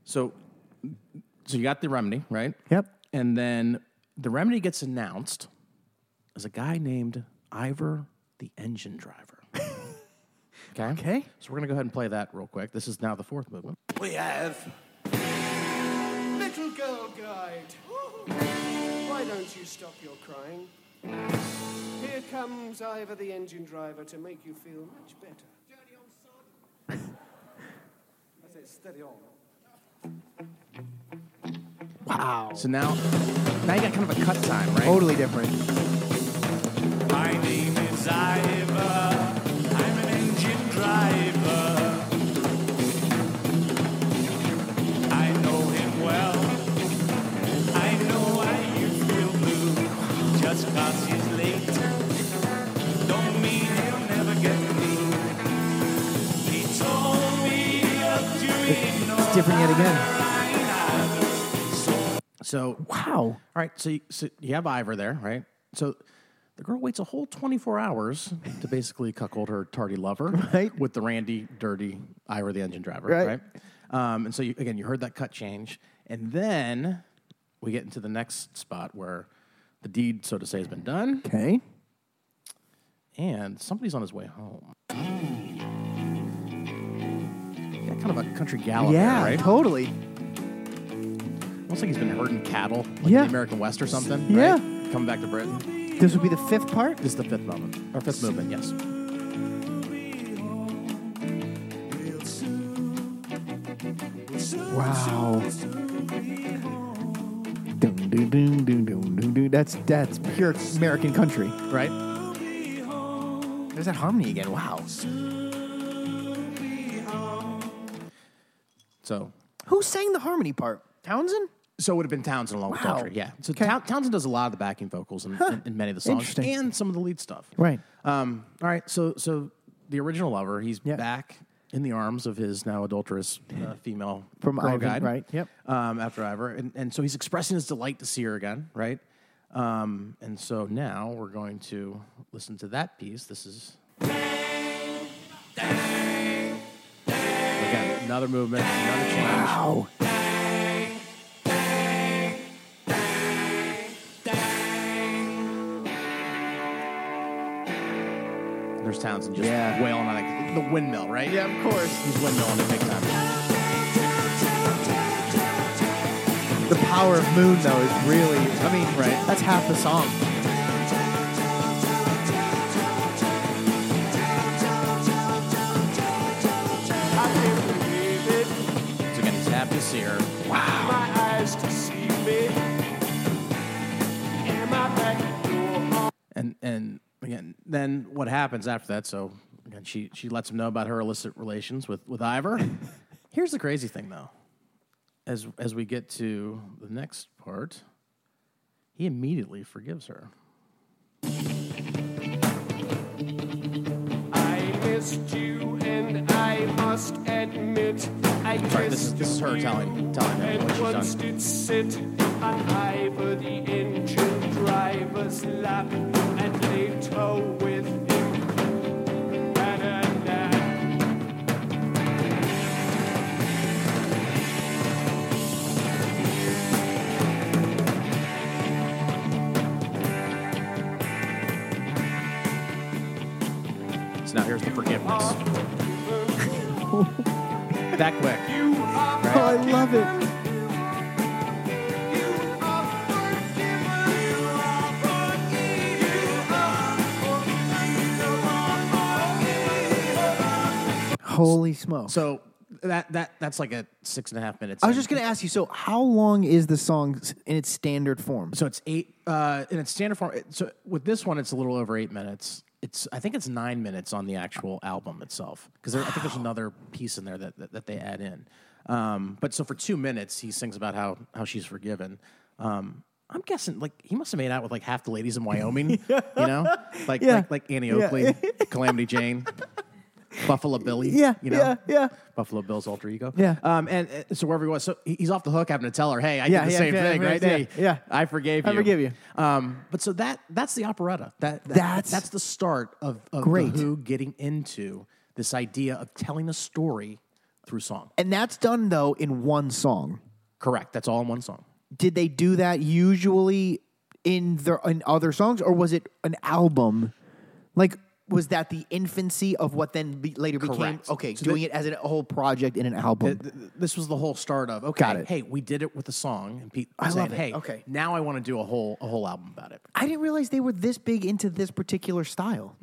Speaker 2: So so you got the remedy, right?
Speaker 1: Yep.
Speaker 2: And then the remedy gets announced as a guy named Ivor the
Speaker 1: *laughs*
Speaker 2: engine driver. okay.
Speaker 1: Okay.
Speaker 2: So we're gonna go ahead and play that real quick. This is now the fourth movement.
Speaker 3: We have little girl guide.
Speaker 4: Why don't you stop your crying? Here comes Ivor the engine driver to make you feel much better. Steady on, son. I said, steady on.
Speaker 2: So now, now you got kind of a cut time, right?
Speaker 1: Totally different.
Speaker 3: My name Saiba. I'm an engine driver. I know him well. I know why you feel blue. Just cause he's late. Don't mean he'll never get me. He told me of doing no
Speaker 1: It's different yet again.
Speaker 2: So, all
Speaker 1: Wow.
Speaker 2: right, so you, so you have Ivor there, right? So the girl waits a whole 24 hours to basically cuckold her tardy
Speaker 1: *laughs*
Speaker 2: lover
Speaker 1: Right.
Speaker 2: with the Randy Dirty Ivor, the engine driver,
Speaker 1: Right.
Speaker 2: right? Um, and so, you, again, you heard that cut change. And then we get into the next spot where the deed, so to say, has been done,
Speaker 1: Okay.
Speaker 2: and somebody's on his way home. Got kind of a country gallop, there,
Speaker 1: Yeah,
Speaker 2: right?
Speaker 1: totally.
Speaker 2: Looks like he's been herding cattle, like in
Speaker 1: Yeah.
Speaker 2: the American West or something.
Speaker 1: Yeah.
Speaker 2: right? coming back to Britain.
Speaker 1: This would be the fifth part.
Speaker 2: This is the fifth moment or fifth movement. Yes.
Speaker 1: Wow. Dun, dun, dun, dun, dun, dun, dun. That's that's pure American country.
Speaker 2: Right.
Speaker 1: There's that harmony again. Wow.
Speaker 2: So,
Speaker 1: Who sang the harmony part? Townsend?
Speaker 2: so it would have been Townsend along with
Speaker 1: Wow.
Speaker 2: Daughtry. Yeah. So
Speaker 1: Okay.
Speaker 2: Town- Townsend does a lot of the backing vocals in, in, in many of the songs
Speaker 1: Interesting.
Speaker 2: and some of the lead stuff.
Speaker 1: Right.
Speaker 2: Um, all right. So, so the original lover, he's
Speaker 1: Yeah.
Speaker 2: back in the arms of his now adulterous uh, female
Speaker 1: From
Speaker 2: girl
Speaker 1: Ivan,
Speaker 2: guide,
Speaker 1: right, yep.
Speaker 2: Um, after Ivor, and, and so he's expressing his delight to see her again, right? Um, and so now we're going to listen to that piece. This is again another movement, another change.
Speaker 1: Wow.
Speaker 2: There's Townsend just
Speaker 1: Yeah.
Speaker 2: wailing on it. the windmill, right?
Speaker 1: Yeah, of course.
Speaker 2: he's windmilling it big time.
Speaker 1: The power of moon though is really I mean, right. That's half the song.
Speaker 4: I can't believe it.
Speaker 2: So again, he's happy to see her.
Speaker 4: My eyes deceive me. And my back door on
Speaker 2: And and again, then what happens after that? So again, she she lets him know about her illicit relations with
Speaker 1: *laughs*
Speaker 2: with Ivor. Here's the crazy thing, though. As as we get to the next part, he immediately forgives her.
Speaker 4: I missed you, and I must admit, I missed
Speaker 2: Sorry, this is this is her
Speaker 4: you.
Speaker 2: telling telling him
Speaker 4: And
Speaker 2: what she's
Speaker 4: once
Speaker 2: done.
Speaker 4: did sit on Ivor, the engine driver's lap, and lay tow with him. Da-da-da.
Speaker 2: So now here's the forgiveness. *laughs* that quick.
Speaker 1: Oh, I love it. Holy smokes.
Speaker 2: So that that that's like a six and a half minutes.
Speaker 1: I was just going to ask you. So, how long is the song s- in its standard form?
Speaker 2: So it's eight uh, in its standard form. it- So with this one, it's a little over eight minutes. It's I think it's nine minutes on the actual album itself because I think there's another piece in there that that, that they add in. Um, but so for two minutes, he sings about how how she's forgiven. Um, I'm guessing like he must have made out with like half the ladies in
Speaker 1: *laughs*
Speaker 2: Wyoming, you know, like
Speaker 1: Yeah.
Speaker 2: like, like Annie
Speaker 1: Yeah. *laughs*
Speaker 2: Oakley, Calamity Jane, Buffalo Billy,
Speaker 1: Yeah,
Speaker 2: you know,
Speaker 1: yeah, yeah.
Speaker 2: Buffalo Bill's alter ego,
Speaker 1: Yeah.
Speaker 2: Um, and uh, so wherever he was, so he- he's off the hook having to tell her, hey, I
Speaker 1: Yeah,
Speaker 2: did the
Speaker 1: yeah,
Speaker 2: same
Speaker 1: yeah,
Speaker 2: thing,
Speaker 1: yeah,
Speaker 2: right?
Speaker 1: yeah,
Speaker 2: Hey,
Speaker 1: yeah.
Speaker 2: I forgave
Speaker 1: I
Speaker 2: you.
Speaker 1: forgive you.
Speaker 2: Um, but so that that's the operetta. That, that
Speaker 1: That's-
Speaker 2: that's the start of, of
Speaker 1: Great.
Speaker 2: The Who getting into this idea of telling a story through song.
Speaker 1: and that's done though in one song.
Speaker 2: Correct. That's all in one song.
Speaker 1: Did they do that usually in their in other songs, or was it an album? Like, was that the infancy of what then be, later became?
Speaker 2: Correct.
Speaker 1: Okay,
Speaker 2: So
Speaker 1: doing it as a whole project in an album.
Speaker 2: Th- th- This was the whole start of okay.
Speaker 1: Got it.
Speaker 2: Hey, we did it with a song, and Pete
Speaker 1: I
Speaker 2: said,
Speaker 1: love it.
Speaker 2: "Hey,
Speaker 1: Okay.
Speaker 2: now I want to do a whole a whole album about it."
Speaker 1: I didn't realize they were this big into this particular style.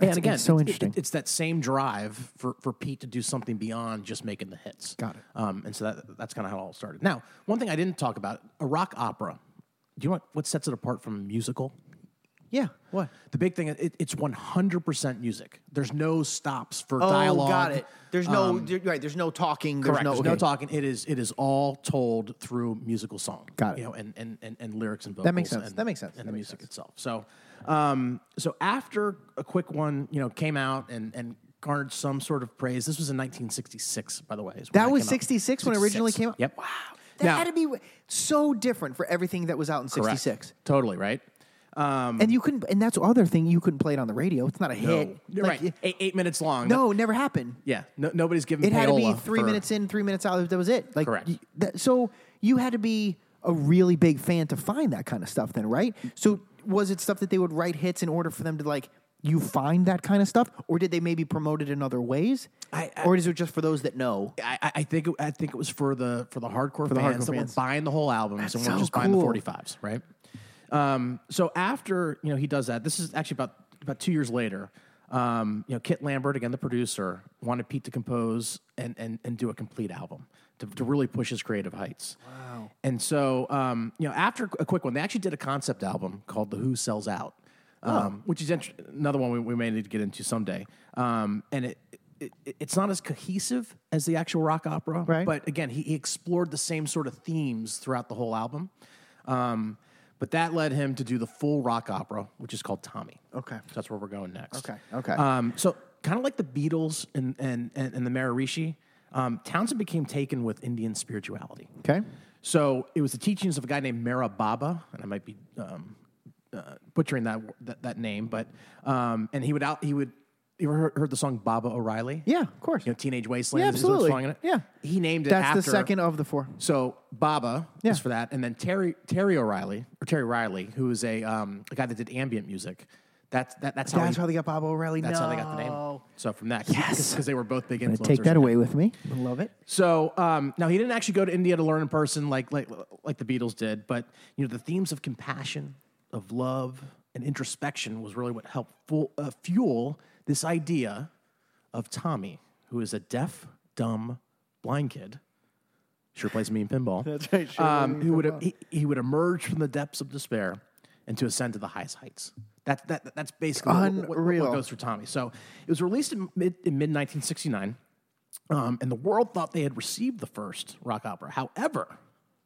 Speaker 2: and again,
Speaker 1: it's so
Speaker 2: it- it-
Speaker 1: interesting.
Speaker 2: it's that same drive for, for Pete to do something beyond just making the hits.
Speaker 1: Got it.
Speaker 2: Um, and so that, that's kind of how it all started. Now, one thing I didn't talk about a rock opera. Do you know what, what sets it apart from a musical?
Speaker 1: Yeah. What?
Speaker 2: The big thing, it, it's 100% music. There's no stops for
Speaker 1: Oh,
Speaker 2: dialogue.
Speaker 1: got it. There's no there- right. There's no talking.
Speaker 2: Correct.
Speaker 1: um, There's no, okay.
Speaker 2: talking. It is it is all told through musical song.
Speaker 1: Got it.
Speaker 2: You know, and and and, and lyrics and vocals.
Speaker 1: That makes sense.
Speaker 2: And,
Speaker 1: That makes sense.
Speaker 2: And
Speaker 1: That
Speaker 2: the
Speaker 1: makes
Speaker 2: music itself. So, um, so after a quick one, you know, came out and and garnered some sort of praise. This was in 1966, by the way. is when
Speaker 1: That
Speaker 2: it
Speaker 1: was
Speaker 2: came out.
Speaker 1: 66 when it originally came out?
Speaker 2: Yep.
Speaker 1: Wow. That
Speaker 2: Now-
Speaker 1: had to be w- so different for everything that was out in
Speaker 2: Correct.
Speaker 1: '66.
Speaker 2: Totally right.
Speaker 1: And you couldn't. And that's the other thing. You couldn't play it on the radio. It's not a hit.
Speaker 2: You're
Speaker 1: Like,
Speaker 2: right. Eight, eight minutes long.
Speaker 1: No, it never happened.
Speaker 2: Yeah. No, nobody's giving.
Speaker 1: It had to be
Speaker 2: payola
Speaker 1: three
Speaker 2: for-
Speaker 1: minutes in, three minutes out. That was it. Like,
Speaker 2: Correct.
Speaker 1: y- that, so you had to be a really big fan to find that kind of stuff, then, right? So was it stuff that they would write hits in order for them to like you find that kind of stuff, or did they maybe promote it in other ways,
Speaker 2: I- I-
Speaker 1: or is it just for those that know?
Speaker 2: I, I- I think it, I think it was for the for the hardcore
Speaker 1: the
Speaker 2: fans
Speaker 1: hardcore
Speaker 2: that
Speaker 1: fans.
Speaker 2: were buying the whole albums and
Speaker 1: so
Speaker 2: weren't just buying the
Speaker 1: cool.
Speaker 2: 45s, right? Um, so after you know he does that, this is actually about about two years later. Um, you know, Kit Lambert again, the producer, wanted Pete to compose and and and do a complete album to, to really push his creative heights. Wow! And so um, you know, after a quick one, they actually did a concept album called "The Who Sells Out," um, which is int- another one we, we may need to get into someday. Um, and it, it it's not as cohesive as the actual rock opera,
Speaker 1: Right.
Speaker 2: But again, he, he explored the same sort of themes throughout the whole album. Um, but that led him to do the full rock opera, which is called Tommy.
Speaker 1: Okay.
Speaker 2: So that's where we're going next.
Speaker 1: Okay, okay.
Speaker 2: Um, so kind of like the Beatles and and and, and the Maharishi, um, Townsend became taken with Indian spirituality.
Speaker 1: Okay,
Speaker 2: So it was the teachings of a guy named Mara Baba, and I might be um, uh, butchering that, that that name, but um, and he would out he would you ever heard, heard the song Baba O'Reilly?
Speaker 1: yeah, of course.
Speaker 2: you know Teenage Wasteland.
Speaker 1: Yeah,
Speaker 2: is what's
Speaker 1: absolutely.
Speaker 2: song in it.
Speaker 1: Yeah.
Speaker 2: he named it.
Speaker 1: That's
Speaker 2: after,
Speaker 1: the second of the four.
Speaker 2: so Baba
Speaker 1: Yeah.
Speaker 2: is for that, and then Terry Terry O'Reilly or Terry Riley, who is a um, a guy that did ambient music. That's that, that's how
Speaker 1: That's
Speaker 2: he-
Speaker 1: how they got Bob O'Reilly.
Speaker 2: that's how they got the name. So from that, yes, because they were both big influencers.
Speaker 1: Take that away with me. I love it.
Speaker 2: So um, now he didn't actually go to India to learn in person like like like the Beatles did, but you know the themes of compassion, of love, and introspection was really what helped fu- uh, fuel this idea of Tommy, who is a deaf, dumb, blind kid. Sure plays me in pinball. *laughs* That's right. Sure um, who would he, he would emerge from the depths of despair and to ascend to the highest heights. That, that that's basically what- what- what,
Speaker 1: Unreal.
Speaker 2: what goes through Tommy. So it was released in mid in mid 1969. Um, and the world thought they had received the first rock opera. However,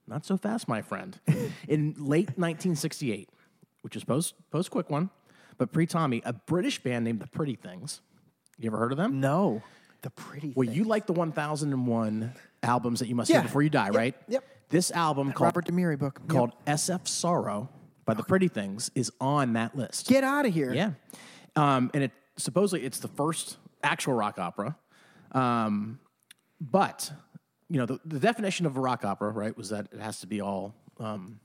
Speaker 2: not so fast,
Speaker 1: *laughs*
Speaker 2: my friend. In late 1968, which is post post quick one, but pre Tommy, a British band named The Pretty Things. You ever heard of them?
Speaker 1: No, the pretty.
Speaker 2: Well, you like the 1001 albums that you must
Speaker 1: Yeah.
Speaker 2: hear before you die,
Speaker 1: Yep.
Speaker 2: right?
Speaker 1: Yep.
Speaker 2: This album called,
Speaker 1: Robert De Niro book Yep.
Speaker 2: called SF Sorrow by The Pretty Things is on that list.
Speaker 1: Get Out of Here.
Speaker 2: Yeah, um, and it supposedly it's the first actual rock opera, um, but you know the, the definition of a rock opera, right, was that it has to be all um,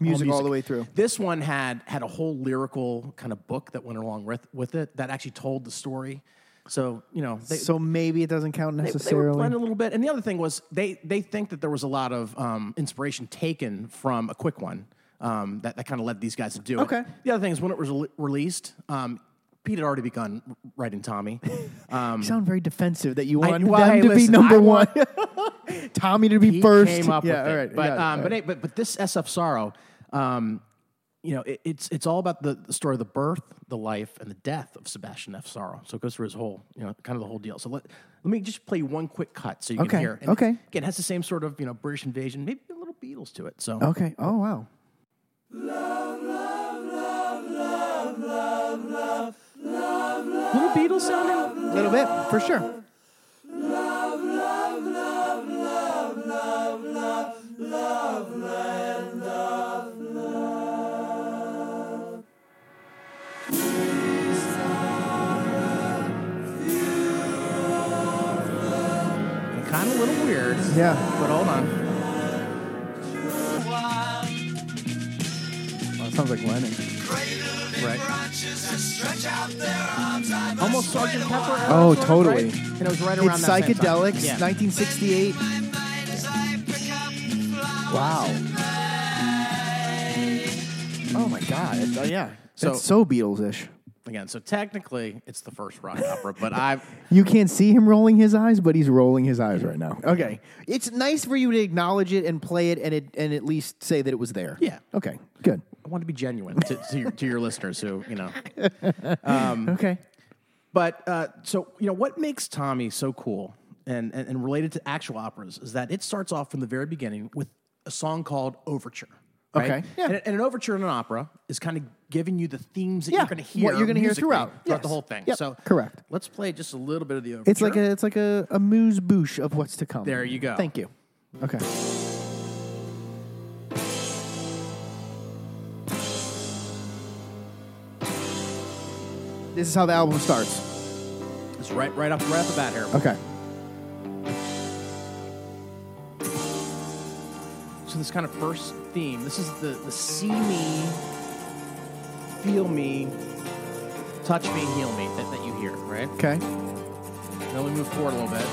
Speaker 1: Music all the way through.
Speaker 2: This one had had a whole lyrical kind of book that went along with with it that actually told the story. So you know, they,
Speaker 1: So maybe it doesn't count
Speaker 2: they- They were
Speaker 1: necessarily.
Speaker 2: playing a little bit. And the other thing was they they think that there was a lot of um, inspiration taken from a quick one um, that that kind of led these guys to do it.
Speaker 1: Okay.
Speaker 2: The other thing is when it was rele- released. Um, Pete had already begun
Speaker 1: *laughs*
Speaker 2: writing Tommy.
Speaker 1: You sound very defensive that you
Speaker 2: I-
Speaker 1: want
Speaker 2: well,
Speaker 1: them
Speaker 2: hey,
Speaker 1: to
Speaker 2: listen,
Speaker 1: be number
Speaker 2: I
Speaker 1: one, *laughs*
Speaker 2: want-
Speaker 1: Tommy to be
Speaker 2: He
Speaker 1: first.
Speaker 2: came up
Speaker 1: yeah,
Speaker 2: with
Speaker 1: all
Speaker 2: it.
Speaker 1: right,
Speaker 2: But,
Speaker 1: got it,
Speaker 2: um,
Speaker 1: all
Speaker 2: but,
Speaker 1: right.
Speaker 2: hey, but but this SF Sorrow, um, you know, it, it's it's all about the, the story of the birth, the life, and the death of Sebastian F. Sorrow. So it goes through his whole, you know, kind of the whole deal. So let let me just play one quick cut so you
Speaker 1: Okay,
Speaker 2: can hear.
Speaker 1: okay.
Speaker 2: Again, it has the same sort of you know British invasion, maybe a little Beatles to it. So
Speaker 1: okay. Oh wow.
Speaker 2: little Beatles sounding.
Speaker 1: A little bit for sure.
Speaker 2: Kind of a little weird.
Speaker 1: Yeah.
Speaker 2: But hold on.
Speaker 1: Well, it sounds like Lennon.
Speaker 2: Right. Almost Sergeant Pepper.
Speaker 1: Oh,
Speaker 2: sort of,
Speaker 1: totally.
Speaker 2: right? And it was right around
Speaker 1: It's
Speaker 2: that same time.
Speaker 1: psychedelics.
Speaker 2: Yeah.
Speaker 1: 1968. Wow. Oh my God. It's, oh yeah.
Speaker 2: uh, So-
Speaker 1: That's so Beatles-ish.
Speaker 2: Again, so technically it's the first rock opera, but I've
Speaker 1: You can't see him rolling his eyes, but he's rolling his eyes right now. Okay. It's nice for you to acknowledge it and play it and it and at least say that it was there.
Speaker 2: Yeah.
Speaker 1: Okay. Good.
Speaker 2: I want to be genuine to, to, your, to your listeners who, you know.
Speaker 1: okay.
Speaker 2: But uh, so, you know, what makes Tommy so cool and, and, and related to actual operas is that it starts off from the very beginning with a song called Overture. Right?
Speaker 1: Okay, yeah.
Speaker 2: And, and an overture in an opera is kind of giving you the themes that
Speaker 1: Yeah,
Speaker 2: you're going to
Speaker 1: what
Speaker 2: hear.
Speaker 1: you're gonna hear
Speaker 2: musically
Speaker 1: throughout.
Speaker 2: the
Speaker 1: Yes.
Speaker 2: whole thing.
Speaker 1: Yep,
Speaker 2: So
Speaker 1: correct.
Speaker 2: Let's play just a little bit of the overture.
Speaker 1: It's like a it's like a, a moose boosh of what's to come.
Speaker 2: There you go.
Speaker 1: Thank you. Okay. This is how the album starts.
Speaker 2: It's right, right off, right off the bat here.
Speaker 1: Okay.
Speaker 2: So this kind of first theme, this is the, the see me, feel me, touch me, heal me that, that you hear, right?
Speaker 1: Okay.
Speaker 2: Then we move forward a little bit.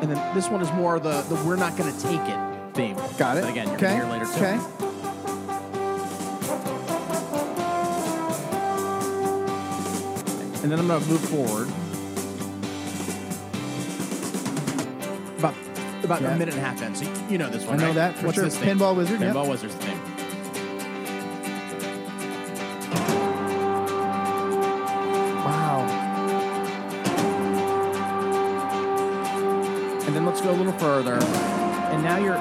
Speaker 2: And then this one is more the, the we're not going to take it theme.
Speaker 1: Got it.
Speaker 2: That again, you're
Speaker 1: okay.
Speaker 2: going to hear later too.
Speaker 1: Okay.
Speaker 2: And then I'm going to move forward. About, about
Speaker 1: Yeah.
Speaker 2: a minute and a half in. So you, you know this
Speaker 1: I
Speaker 2: one,
Speaker 1: know
Speaker 2: right?
Speaker 1: that for
Speaker 2: What's
Speaker 1: sure.
Speaker 2: this thing?
Speaker 1: Pinball Wizard, yep.
Speaker 2: Pinball Wizard's the thing.
Speaker 1: Wow.
Speaker 2: And then let's go a little further. And now you're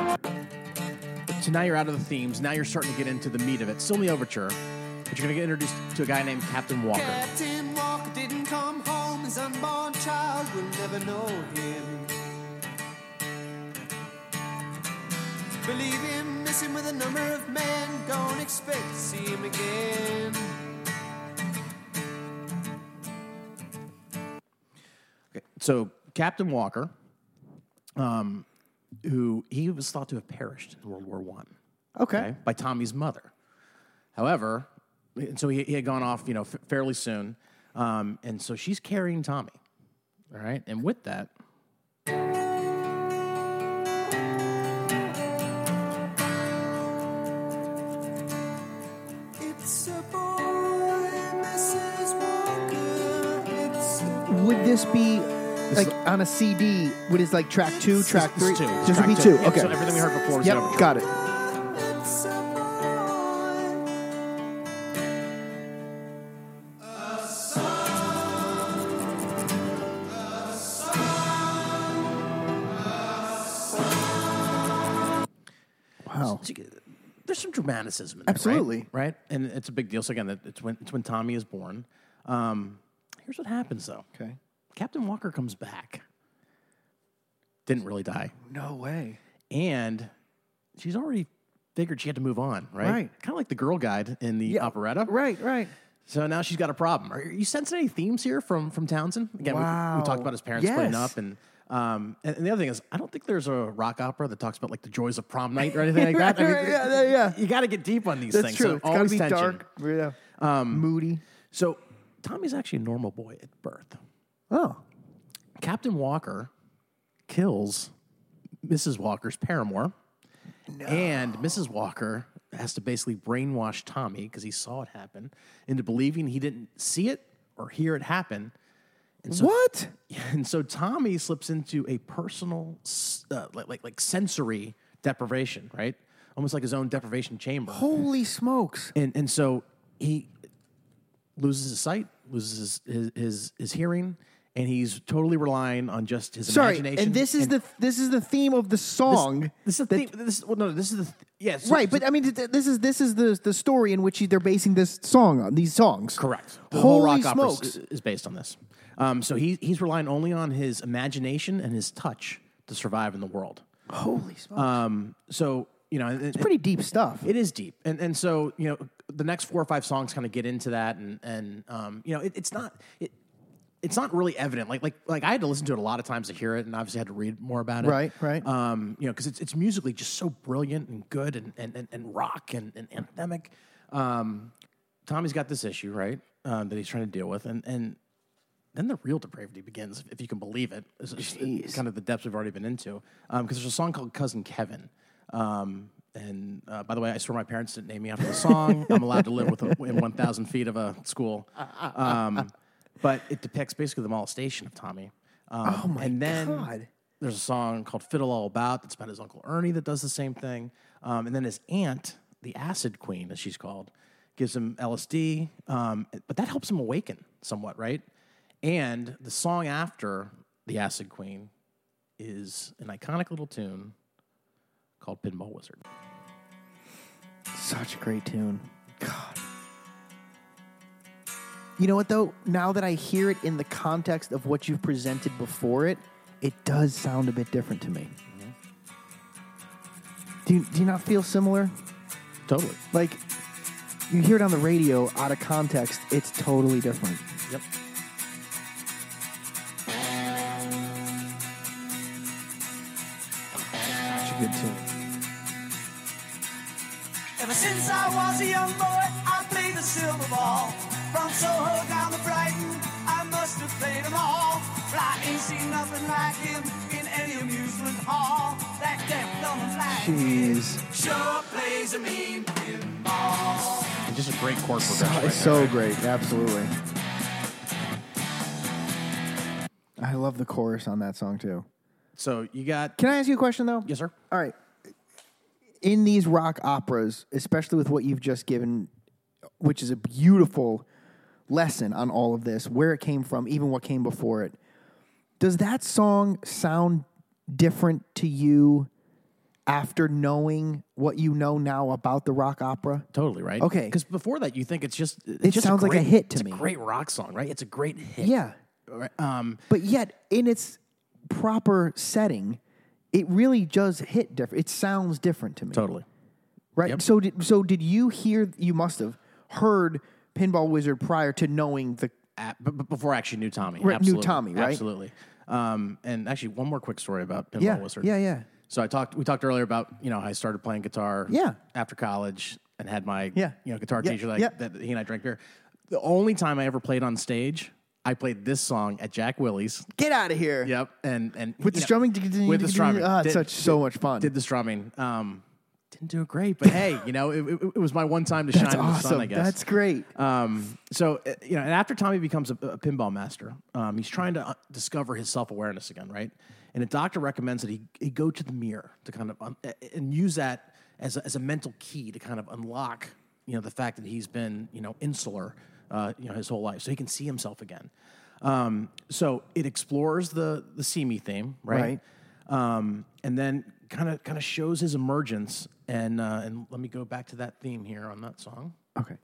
Speaker 2: so now you're out of the themes. Now you're starting to get into the meat of it. Still in the overture, but you're going to get introduced to a guy named Captain Walker.
Speaker 5: Captain Walker didn't come home. His unborn child will never know him. Believe him, miss him with a number of men. Don't expect to see him again.
Speaker 2: So Captain Walker, um, who he was thought to have perished in World War One,
Speaker 1: Okay.
Speaker 2: okay, by Tommy's mother. However, and so he, he had gone off, you know, f- fairly soon, um, and so she's carrying Tommy. All right, and with that,
Speaker 5: It's a boy, Mrs. Walker. It's a
Speaker 1: Would this be like
Speaker 2: is-
Speaker 1: on a CD? Would it like track two, track
Speaker 2: this
Speaker 1: three?
Speaker 2: is two.
Speaker 1: Just
Speaker 2: Track
Speaker 1: would be two.
Speaker 2: Yep,
Speaker 1: Okay.
Speaker 2: So everything we heard before was an
Speaker 1: yep.
Speaker 2: overture.
Speaker 1: Got it.
Speaker 5: it's a boy.
Speaker 1: Wow.
Speaker 2: So you get- there's some dramaticism in there, right?
Speaker 1: Absolutely.
Speaker 2: right? And it's a big deal. So again, that- it's when it's when Tommy is born. Um, here's what happens though.
Speaker 1: Okay.
Speaker 2: Captain Walker comes back. Didn't really die,
Speaker 1: No way.
Speaker 2: and she's already figured she had to move on, right?
Speaker 1: Right.
Speaker 2: Kind of like the girl guide in the operetta,
Speaker 1: Right. Right.
Speaker 2: So now she's got a problem. Are you sensing any themes here from from Townsend? Again, we- we,
Speaker 1: Wow.
Speaker 2: talked about his parents splitting
Speaker 1: Yes.
Speaker 2: up, and, um, and and the other thing is, I don't think there's a rock opera that talks about like the joys of prom night or anything like
Speaker 1: *laughs*
Speaker 2: that. I mean,
Speaker 1: Right, yeah, yeah.
Speaker 2: You got to get deep on these
Speaker 1: That's
Speaker 2: things.
Speaker 1: true.
Speaker 2: So
Speaker 1: it's gotta
Speaker 2: always
Speaker 1: be
Speaker 2: tension.
Speaker 1: dark. Yeah.
Speaker 2: Um,
Speaker 1: Moody.
Speaker 2: So Tommy's actually a normal boy at birth.
Speaker 1: Oh.
Speaker 2: Captain Walker kills Mrs. Walker's paramour, and Mrs. Walker has to basically brainwash Tommy because he saw it happen into believing he didn't see it or hear it happen. *laughs* And so
Speaker 1: What?
Speaker 2: and so Tommy slips into a personal, s- uh, like, like like sensory deprivation, right? Almost like his own deprivation chamber.
Speaker 1: Holy smokes.
Speaker 2: And and so he loses his sight, loses his his his, his hearing, and he's totally relying on just his
Speaker 1: Sorry,
Speaker 2: imagination.
Speaker 1: and this is the this is the theme of the
Speaker 2: this-
Speaker 1: song,
Speaker 2: This is the theme. This well, no, this is the th- yes.
Speaker 1: right? But I mean, th- th- this is this is the the story in which they're basing this song on these songs.
Speaker 2: Correct. The whole
Speaker 1: Holy
Speaker 2: rock opera is-
Speaker 1: smokes!
Speaker 2: is based on this. Um, so he, he's relying only on his imagination and his touch to survive in the world.
Speaker 1: Holy smokes!
Speaker 2: Um, so you know, it's
Speaker 1: Pretty deep stuff.
Speaker 2: It is deep, and and so you know the next four or five songs kind of get into that, and and um, you know it, it's not it, it's not really evident. Like like like I had to listen to it a lot of times to hear it, and obviously had to read more about it.
Speaker 1: Right, right.
Speaker 2: Um, you know, because it's it's musically just so brilliant and good, and and and, and rock and and anthemic. Um, Tommy's got this issue right um, that he's trying to deal with, and and then the real depravity begins, if you can believe it. It's just kind of the depths we've already been into. Because there's a song called Cousin Kevin. Um, and uh, by the way, I swear my parents didn't name me after
Speaker 1: *laughs*
Speaker 2: the song. I'm allowed to live with a, in 1,000 feet of a school. Um, but it depicts basically the molestation of Tommy. Um,
Speaker 1: Oh my
Speaker 2: and then
Speaker 1: God.
Speaker 2: There's a song called "Fiddle All About" that's about his uncle Ernie that does the same thing. Um, and then his aunt, the Acid Queen, as she's called, gives him LSD, um, but that helps him awaken somewhat, right? And the song after the Acid Queen is an iconic little tune called "Pinball Wizard."
Speaker 1: Such a great tune. God. You know what, though? Now that I hear it in the context of what you've presented before it, it does sound a bit different to me. Do, you, do you not feel similar?
Speaker 2: Totally.
Speaker 1: Like, you hear it on the radio out of context, it's totally different.
Speaker 2: Yep.
Speaker 1: Such a good tune.
Speaker 6: Ever since I was a young boy, I played the silver ball. From Soho down to Brighton, I must have played them all. But I ain't seen nothing like him in any amusement hall. That deaf dumb flag
Speaker 1: Jeez.
Speaker 6: sure plays a mean pinball.
Speaker 2: And just a great chord progression. right
Speaker 1: It's
Speaker 2: there,
Speaker 1: so
Speaker 2: right?
Speaker 1: great. Mm-hmm. Absolutely. I love the chorus on that song, too.
Speaker 2: So you got
Speaker 1: Can I ask you a question, though?
Speaker 2: yes, sir.
Speaker 1: All right. In these rock operas, especially with what you've just given, which is a beautiful lesson on all of this, where it came from, even what came before it, does that song sound different to you after knowing what you know now about the rock opera?
Speaker 2: Totally right.
Speaker 1: Okay.
Speaker 2: Because before that, you think it's just it's
Speaker 1: It
Speaker 2: just
Speaker 1: sounds like a
Speaker 2: great-
Speaker 1: hit to
Speaker 2: it's
Speaker 1: me.
Speaker 2: A great rock song, right? It's a great hit.
Speaker 1: Yeah.
Speaker 2: Right, Um,
Speaker 1: But yet, in its proper setting, it really does hit different. It sounds different to me.
Speaker 2: totally.
Speaker 1: Right.
Speaker 2: Yep.
Speaker 1: So did so did you hear? You must have heard Pinball Wizard prior to knowing the.
Speaker 2: At, but, but before I actually knew Tommy,
Speaker 1: Right, knew
Speaker 2: absolutely.
Speaker 1: Tommy, right?
Speaker 2: Absolutely. Um, and actually, one more quick story about Pinball
Speaker 1: Yeah,
Speaker 2: Wizard.
Speaker 1: yeah, yeah.
Speaker 2: So I talked. We talked earlier about you know how I started playing guitar.
Speaker 1: Yeah.
Speaker 2: After college, and had my
Speaker 1: Yeah.
Speaker 2: you know guitar
Speaker 1: Yeah,
Speaker 2: teacher like
Speaker 1: yeah.
Speaker 2: that. He and I drank beer. The only time I ever played on stage, I played this song at Jack Willie's.
Speaker 1: Get out of here.
Speaker 2: Yep. And and
Speaker 1: With the
Speaker 2: you know,
Speaker 1: strumming.
Speaker 2: with the strumming.
Speaker 1: Ah, it's
Speaker 2: Did-
Speaker 1: such so much fun.
Speaker 2: did the strumming. Um, didn't do it great, but hey, you know, it, it, it was my one time to
Speaker 1: That's
Speaker 2: shine in the sun, I
Speaker 1: awesome.
Speaker 2: guess.
Speaker 1: That's great.
Speaker 2: Um, so uh, you know, and after Tommy becomes a, a pinball master, um, he's trying to uh, discover his self awareness again, right? And a doctor recommends that he, he go to the mirror to kind of um, a- and use that as a, as a mental key to kind of unlock, you know, the fact that he's been you know insular, uh, you know, his whole life, so he can see himself again. Um, so it explores the the see me theme,
Speaker 1: Right.
Speaker 2: right? um, and then kind of kind of shows his emergence. And uh, and let me go back to that theme here on that song.
Speaker 1: okay.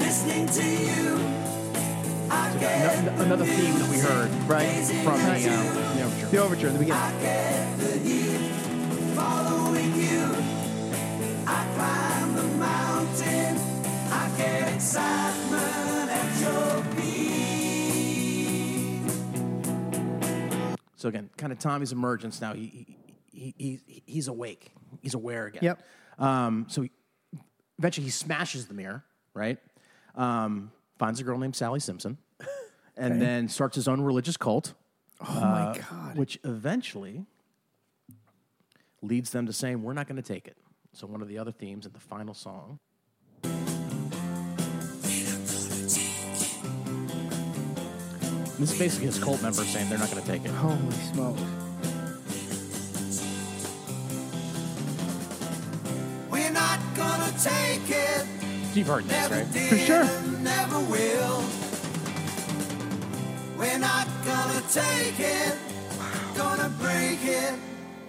Speaker 6: Listening to you, I get
Speaker 2: Ano- another theme that we heard
Speaker 1: Right.
Speaker 2: from the um, the
Speaker 1: The
Speaker 2: overture.
Speaker 1: overture in the beginning.
Speaker 6: following you. I climb the mountain, I get excitement at your feet.
Speaker 2: So again, kind of Tommy's emergence. Now he he, he, he he's awake. He's aware again.
Speaker 1: Yep.
Speaker 2: Um, so he, eventually he smashes the mirror. Right. Um, finds a girl named Sally Simpson, and then starts his own religious cult.
Speaker 1: oh
Speaker 2: Uh,
Speaker 1: my god.
Speaker 2: which eventually leads them to saying, "We're not going to take it." So one of the other themes in the final song. This is basically his cult members saying they're not going to take it.
Speaker 1: Holy smokes.
Speaker 6: We're not gonna take it.
Speaker 2: You've heard this, right?
Speaker 1: For sure.
Speaker 6: Never will. We're not gonna take it. Gonna break it.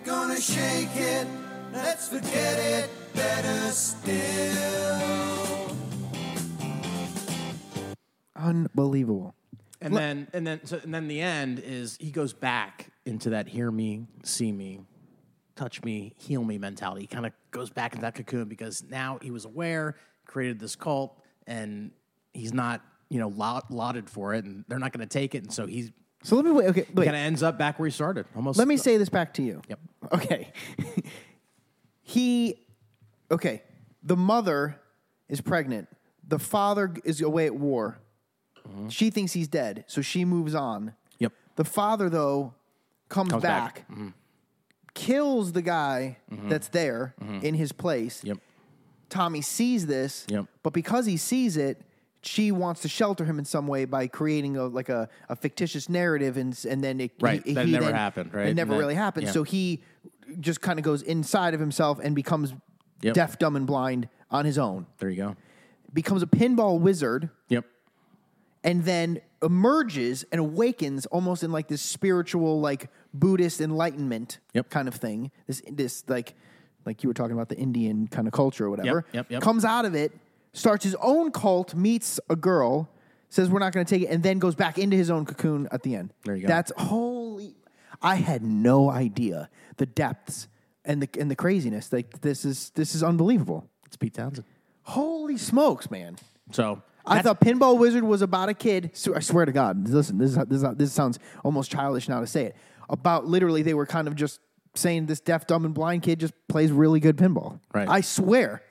Speaker 6: Gonna shake it. Let's forget it. Better still.
Speaker 1: Unbelievable.
Speaker 2: And then, and then, so, and then the end is he goes back into that "hear me, see me, touch me, heal me" mentality. He kind of goes back into that cocoon because now he was aware, created this cult, and he's not, you know, laud- lauded for it, and they're not going to take it, and so he's
Speaker 1: So let me wait. Okay, wait.
Speaker 2: kind of ends up back where he started. Almost.
Speaker 1: Let me say this back to you.
Speaker 2: Yep.
Speaker 1: Okay. *laughs* he, okay. The mother is pregnant. The father g- is away at war.
Speaker 2: Mm-hmm.
Speaker 1: She thinks he's dead, so she moves on.
Speaker 2: Yep.
Speaker 1: The father, though, comes,
Speaker 2: Comes
Speaker 1: back,
Speaker 2: back. Mm-hmm.
Speaker 1: kills the guy that's there in his place.
Speaker 2: Mm-hmm. Yep.
Speaker 1: Tommy sees this,
Speaker 2: Yep.
Speaker 1: but because he sees it, she wants to shelter him in some way by creating a like a, a fictitious narrative, and s- and then it
Speaker 2: Right,
Speaker 1: he,
Speaker 2: that
Speaker 1: he
Speaker 2: never
Speaker 1: then-
Speaker 2: happened, right?
Speaker 1: It never
Speaker 2: That-
Speaker 1: really happened.
Speaker 2: yeah.
Speaker 1: So he just kind of goes inside of himself and becomes
Speaker 2: Yep.
Speaker 1: deaf, dumb, and blind on his own.
Speaker 2: There you go.
Speaker 1: Becomes a pinball wizard,
Speaker 2: Yep.
Speaker 1: and then emerges and awakens almost in like this spiritual, like Buddhist enlightenment
Speaker 2: Yep.
Speaker 1: kind of thing. This this like like you were talking about the Indian kind of culture or whatever.
Speaker 2: yep, yep.
Speaker 1: Comes out of it, starts his own cult, meets a girl, says we're not going to take it, and then goes back into his own cocoon at the end.
Speaker 2: There you go.
Speaker 1: That's holy. I had no idea the depths and the and the craziness. Like this is this is unbelievable.
Speaker 2: It's Pete Townsend.
Speaker 1: Holy smokes, man!
Speaker 2: So
Speaker 1: I
Speaker 2: that's-
Speaker 1: thought Pinball Wizard was about a kid. So I swear to God, listen, this is, this is, this sounds almost childish now to say it. About literally, they were kind of just saying this deaf, dumb, and blind kid just plays really good pinball.
Speaker 2: Right.
Speaker 1: I swear.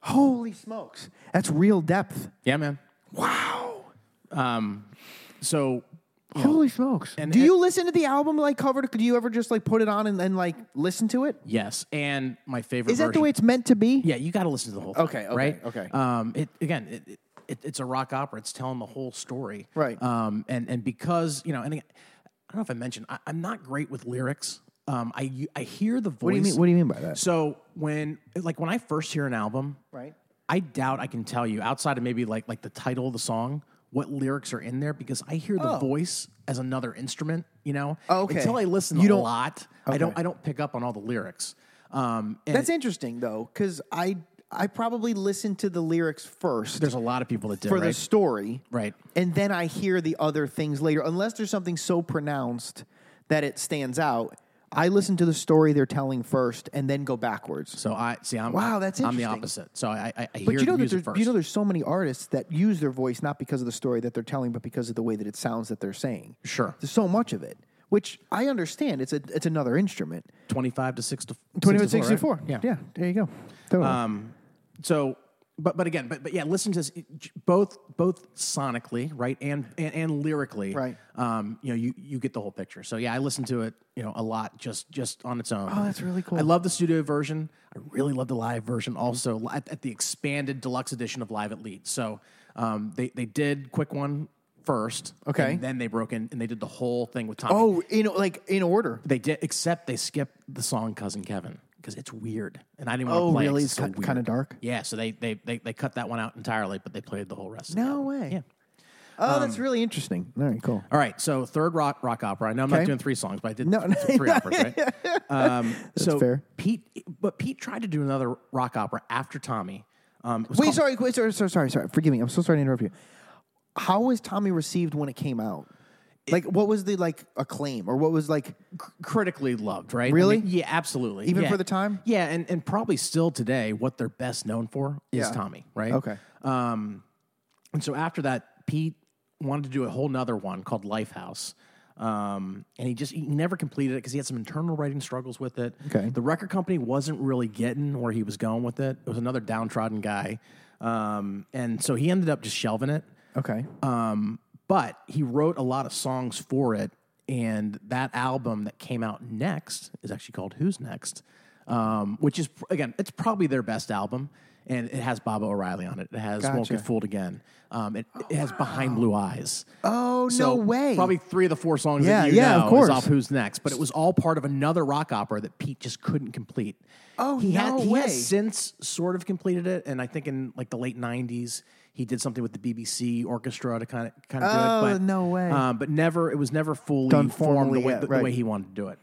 Speaker 1: Holy smokes, that's real depth.
Speaker 2: Yeah, man. Um,
Speaker 1: Wow.
Speaker 2: So
Speaker 1: Holy smokes.
Speaker 2: And
Speaker 1: do
Speaker 2: it-
Speaker 1: you listen to the album like cover? to- Do you ever just like put it on and then like listen to it?
Speaker 2: yes, and my favorite
Speaker 1: Is that the
Speaker 2: version-
Speaker 1: way it's meant to be?
Speaker 2: Yeah, you got to listen to the whole. Thing,
Speaker 1: Okay, okay,
Speaker 2: right.
Speaker 1: okay.
Speaker 2: Um, it again, it, it- it, it's a rock opera. It's telling the whole story.
Speaker 1: Right.
Speaker 2: Um, and and because you know, and again, I don't know if I mentioned, I, I'm not great with lyrics. Um, I u- I hear the voice.
Speaker 1: What do you mean? What do you mean by that?
Speaker 2: So when like when I first hear an album,
Speaker 1: Right.
Speaker 2: I doubt I can tell you outside of maybe like like the title of the song what lyrics are in there because I hear the voice as another instrument. You know,
Speaker 1: Oh, okay.
Speaker 2: until I listen
Speaker 1: You
Speaker 2: a
Speaker 1: don't-
Speaker 2: lot, I don't I don't pick up on all the lyrics. Um, and
Speaker 1: That's interesting though, because I I probably listen to the lyrics first.
Speaker 2: there's a lot of people that do
Speaker 1: for
Speaker 2: right?
Speaker 1: the story.
Speaker 2: Right.
Speaker 1: And then I hear the other things later. Unless there's something so pronounced that it stands out, I listen to the story they're telling first and then go backwards.
Speaker 2: So I see. I'm
Speaker 1: Wow, that's
Speaker 2: I'm the
Speaker 1: interesting.
Speaker 2: opposite. So I, I, I hear
Speaker 1: But you know
Speaker 2: the
Speaker 1: that
Speaker 2: music
Speaker 1: there's,
Speaker 2: first.
Speaker 1: you know there's so many artists that use their voice not because of the story that they're telling, but because of the way that it sounds that they're saying.
Speaker 2: Sure.
Speaker 1: There's so much of it, which I understand. It's a it's another instrument.
Speaker 2: 25 to 6 to
Speaker 1: Twenty
Speaker 2: 6 to four,
Speaker 1: Yeah.
Speaker 2: right? Yeah. Um,
Speaker 1: Yeah. There you go. Totally.
Speaker 2: So but but again, but but yeah, listen to this both both sonically, right? And and, and lyrically.
Speaker 1: Right.
Speaker 2: Um, you know, you you get the whole picture. So yeah, I listen to it, you know, a lot just just on its own.
Speaker 1: Oh, that's really cool.
Speaker 2: I love the studio version. I really love the live version also li- at, at the expanded deluxe edition of Live at Leeds. So um, they they did quick one first.
Speaker 1: Okay.
Speaker 2: And then they broke in and they did the whole thing with Tommy.
Speaker 1: oh, in like in order.
Speaker 2: They did, except they skipped the song "Cousin Kevin" because it's weird, and I didn't want
Speaker 1: Oh,
Speaker 2: to play.
Speaker 1: really?
Speaker 2: It.
Speaker 1: It's
Speaker 2: so
Speaker 1: ki- kinda
Speaker 2: weird.
Speaker 1: dark?
Speaker 2: Yeah, so they, they they they cut that one out entirely, but they played the whole rest. of the
Speaker 1: No
Speaker 2: album.
Speaker 1: way.
Speaker 2: Yeah.
Speaker 1: Oh,
Speaker 2: um,
Speaker 1: that's really interesting. All right, cool.
Speaker 2: All right. So third rock rock opera. I know I'm
Speaker 1: Okay.
Speaker 2: not doing three songs, but I did
Speaker 1: No, *laughs*
Speaker 2: th- three operas. Right. Um, so
Speaker 1: fair.
Speaker 2: Pete, but Pete tried to do another rock opera after Tommy. Um, it was
Speaker 1: Wait,
Speaker 2: called-
Speaker 1: sorry, wait, sorry, sorry, sorry, sorry. Forgive me. I'm so sorry to interrupt you. How was Tommy received when it came out? Like, what was the like acclaim, or what was like?
Speaker 2: critically loved, right? I
Speaker 1: Really?
Speaker 2: mean, yeah, absolutely.
Speaker 1: Even
Speaker 2: Yeah.
Speaker 1: for the time?
Speaker 2: Yeah, and, and probably still today, what they're best known for is
Speaker 1: Yeah.
Speaker 2: Tommy, right?
Speaker 1: Okay.
Speaker 2: Um, and so after that, Pete wanted to do a whole nother one called Lifehouse. Um, and he just he never completed it because he had some internal writing struggles with it.
Speaker 1: Okay.
Speaker 2: The record company wasn't really getting where he was going with it. It was another downtrodden guy. Um, and so he ended up just shelving it.
Speaker 1: Okay,
Speaker 2: Um, but he wrote a lot of songs for it, and that album that came out next is actually called "Who's Next," um, which is again, it's probably their best album, and it has Baba O'Reilly on it. It has "Won't
Speaker 1: Gotcha.
Speaker 2: Get Fooled Again." Um, it, it has "Behind Blue Eyes."
Speaker 1: Oh,
Speaker 2: So
Speaker 1: no way.
Speaker 2: Probably three of the four songs
Speaker 1: Yeah,
Speaker 2: that you
Speaker 1: yeah,
Speaker 2: know
Speaker 1: of course.
Speaker 2: is off "Who's Next," but it was all part of another rock opera that Pete just couldn't complete.
Speaker 1: Oh,
Speaker 2: he had,
Speaker 1: no
Speaker 2: he
Speaker 1: way.
Speaker 2: has since sort of completed it, and I think in like the late '90s he did something with the BBC orchestra to kind of kind of do it.
Speaker 1: Oh,
Speaker 2: But
Speaker 1: no way.
Speaker 2: Um, but never, it was never fully
Speaker 1: Done
Speaker 2: formed the
Speaker 1: formally
Speaker 2: way,
Speaker 1: yet,
Speaker 2: the,
Speaker 1: right.
Speaker 2: way he wanted to do it.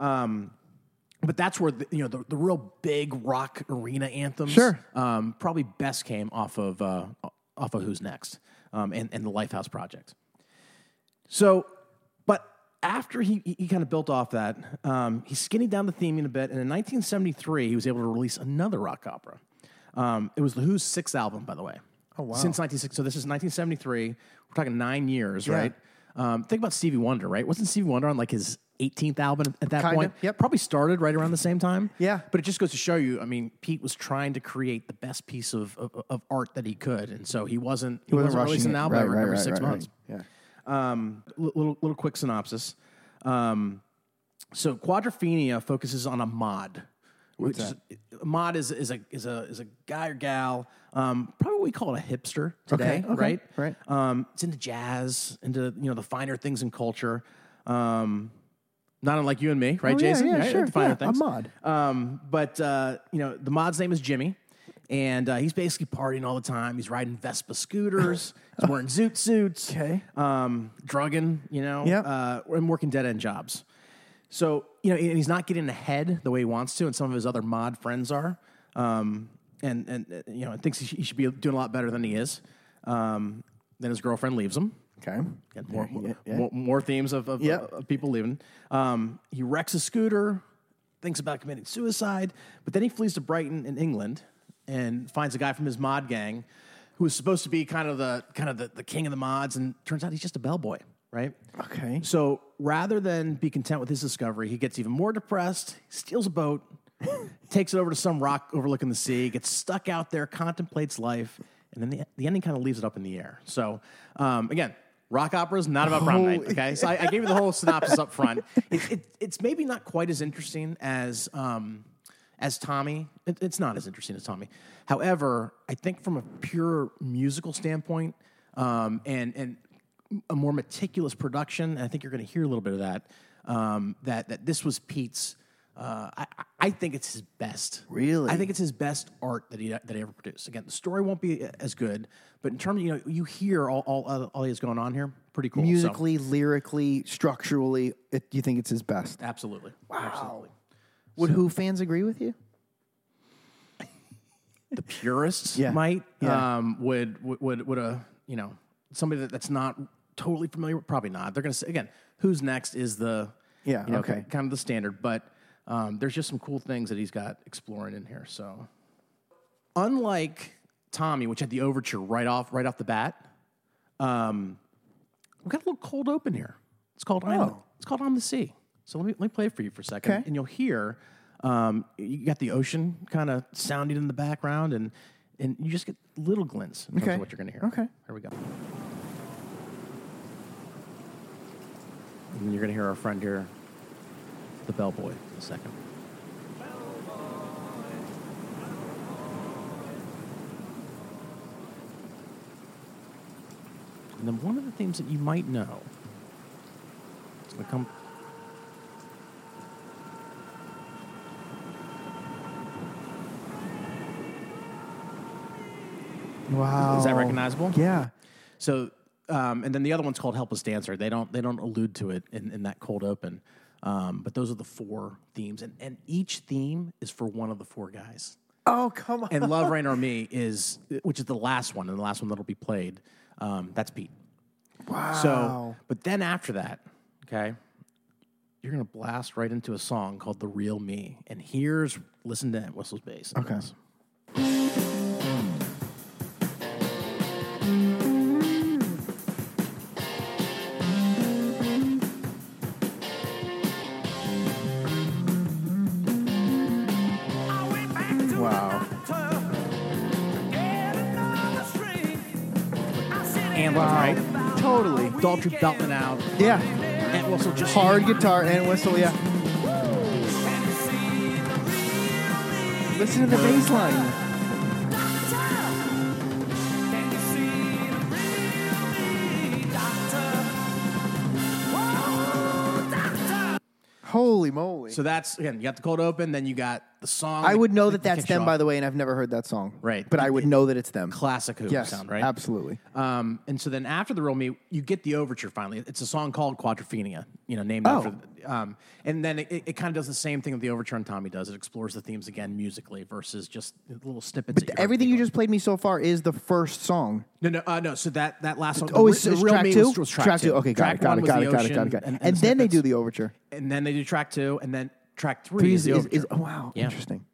Speaker 2: Um, but that's where the, you know the, the real big rock arena anthems,
Speaker 1: Sure.
Speaker 2: um, probably best came off of uh, off of Who's Next um, and and the Lifehouse Project. So, but after he, he, kind of built off that, um, he skinnied down the theme in a bit, and in 1973, he was able to release another rock opera. Um, it was The Who's sixth album, by the way. Oh, wow. Since 1960. So, this is 1973. We're talking nine years, right? Um, think about Stevie Wonder, right? Wasn't Stevie Wonder on like his 18th album at that
Speaker 1: Kinda,
Speaker 2: point?
Speaker 1: yep.
Speaker 2: Probably started right around the same time.
Speaker 1: Yeah.
Speaker 2: But it just goes to show you, I mean, Pete was trying to create the best piece of, of, of art that he could. And so he wasn't, he wasn't,
Speaker 1: rushing
Speaker 2: releasing
Speaker 1: it.
Speaker 2: an album
Speaker 1: Right,
Speaker 2: every,
Speaker 1: right,
Speaker 2: every
Speaker 1: right,
Speaker 2: six
Speaker 1: right,
Speaker 2: months.
Speaker 1: right. Yeah.
Speaker 2: Um, li- little little quick synopsis. Um, so Quadrophenia focuses on a mod, Which is, a mod is, is a is a is a guy or gal. Um, probably what we call it a hipster today,
Speaker 1: Okay, okay,
Speaker 2: right?
Speaker 1: right.
Speaker 2: Um, it's into jazz, into you know the finer things in culture. Um, not unlike you and me, right,
Speaker 1: Oh, yeah,
Speaker 2: Jason?
Speaker 1: yeah,
Speaker 2: right?
Speaker 1: sure,
Speaker 2: The finer
Speaker 1: yeah, a
Speaker 2: things.
Speaker 1: mod.
Speaker 2: Um, but uh, you know, the mod's name is Jimmy, and uh, he's basically partying all the time. He's riding
Speaker 1: *laughs*
Speaker 2: Vespa scooters. he's wearing zoot suits.
Speaker 1: Okay.
Speaker 2: Um, drugging, you know.
Speaker 1: Yeah.
Speaker 2: Uh, and working dead end jobs. So you know, and he's not getting ahead the way he wants to, and some of his other mod friends are. Um, and and uh, you know, and thinks he, sh- he should be doing a lot better than he is. Um, then his girlfriend leaves him.
Speaker 1: Okay.
Speaker 2: Again, more,
Speaker 1: Yeah,
Speaker 2: more,
Speaker 1: yeah.
Speaker 2: more, more themes of, of,
Speaker 1: Yeah.
Speaker 2: of- of people leaving. Um, he wrecks a scooter, thinks about committing suicide, but then he flees to Brighton in England and finds a guy from his mod gang who is supposed to be kind of the kind of the, the king of the mods, and turns out he's just a bellboy, right?
Speaker 1: Okay.
Speaker 2: So rather than be content with his discovery, he gets even more depressed, steals a boat, takes it over to some rock overlooking the sea, gets stuck out there, contemplates life, and then the, the ending kind of leaves it up in the air. So um, again, rock opera is not about prom night. Okay, so I, I gave you the whole synopsis up front. It, it, it's maybe not quite as interesting as. Um, as Tommy, it, it's not as interesting as Tommy. However, I think from a pure musical standpoint, um, and and a more meticulous production. And I think you're going to hear a little bit of that. Um, that that this was Pete's. Uh, I, I- I think it's his best.
Speaker 1: Really?
Speaker 2: I think it's his best art that he that he ever produced. Again, the story won't be uh, as good, but in terms of you know you hear all all all that's going on here, pretty cool. So,
Speaker 1: Musically, lyrically, structurally, it, you think it's his best?
Speaker 2: absolutely. Wow. Absolutely.
Speaker 1: Would Who fans agree with you?
Speaker 2: The purists
Speaker 1: Yeah.
Speaker 2: might
Speaker 1: Yeah.
Speaker 2: um, would would- would would a you know somebody that, that's not totally familiar. Probably not. They're going to say again. Who's next is the
Speaker 1: Yeah,
Speaker 2: you know,
Speaker 1: okay.
Speaker 2: kind of the standard, but um, there's just some cool things that he's got exploring in here. So, unlike Tommy, which had the overture right off right off the bat, um, we got a little cold open here. It's called I'm,
Speaker 1: Oh.
Speaker 2: it's called On the Sea. So let me let me play it for you for a second,
Speaker 1: Okay.
Speaker 2: and you'll hear um, you got the ocean kind of sounding in the background, and and you just get little glints in terms
Speaker 1: Okay.
Speaker 2: of what you're going to hear.
Speaker 1: Okay.
Speaker 2: here we go. And you're going to hear our friend here, the bellboy, in a second. And then one of the things that you might know is going to come.
Speaker 1: Wow.
Speaker 2: Is that recognizable?
Speaker 1: Yeah.
Speaker 2: So, um, and then the other one's called "Helpless Dancer." They don't they don't allude to it in, in that cold open, um, but those are the four themes, and and each theme is for one of the four guys.
Speaker 1: Oh, come on.
Speaker 2: And "Love Rain or Me" is which is the last one, and the last one that'll be played. Um, that's Pete.
Speaker 1: wow.
Speaker 2: So, but then after that, okay, you're gonna blast right into a song called "The Real Me," and here's listen to Whistle's bass. in
Speaker 1: Okay.
Speaker 2: this.
Speaker 1: Wow.
Speaker 2: And right,
Speaker 1: Totally.
Speaker 2: Daltrey belting out,
Speaker 1: Yeah.
Speaker 2: and Whistle just
Speaker 1: Hard guitar and whistle, yeah. Listen to the bass line. Holy moly.
Speaker 2: So that's again, you got the cold open, then you got the song.
Speaker 1: I would know that that's them, by the way, and I've never heard that song.
Speaker 2: Right.
Speaker 1: But I would know that it's them.
Speaker 2: Classic Who
Speaker 1: yes,
Speaker 2: sound, right?
Speaker 1: Absolutely.
Speaker 2: Um, and so then after the real me, you get the overture finally. It's a song called Quadrophenia, you know, named
Speaker 1: Oh.
Speaker 2: after. Um, and then it, it kind of does the same thing that the overture on Tommy does. It explores the themes again musically versus just little snippets. that
Speaker 1: But
Speaker 2: heard
Speaker 1: everything you
Speaker 2: before.
Speaker 1: just played me so far is the first song.
Speaker 2: No, no, uh, no. So that that last song.
Speaker 1: Oh,
Speaker 2: the
Speaker 1: it's,
Speaker 2: re-
Speaker 1: it's
Speaker 2: real
Speaker 1: track
Speaker 2: me
Speaker 1: two?
Speaker 2: was, was track, two.
Speaker 1: Okay, got
Speaker 2: track
Speaker 1: it, got
Speaker 2: one
Speaker 1: it,
Speaker 2: was
Speaker 1: got
Speaker 2: the
Speaker 1: it, got it,
Speaker 2: ocean
Speaker 1: got it, got it.
Speaker 2: And,
Speaker 1: And, then they do
Speaker 2: snippets.
Speaker 1: the overture.
Speaker 2: And then they do track two, and then track three
Speaker 1: Please
Speaker 2: is the
Speaker 1: is,
Speaker 2: overture.
Speaker 1: is- oh, wow,
Speaker 2: Yeah.
Speaker 1: interesting.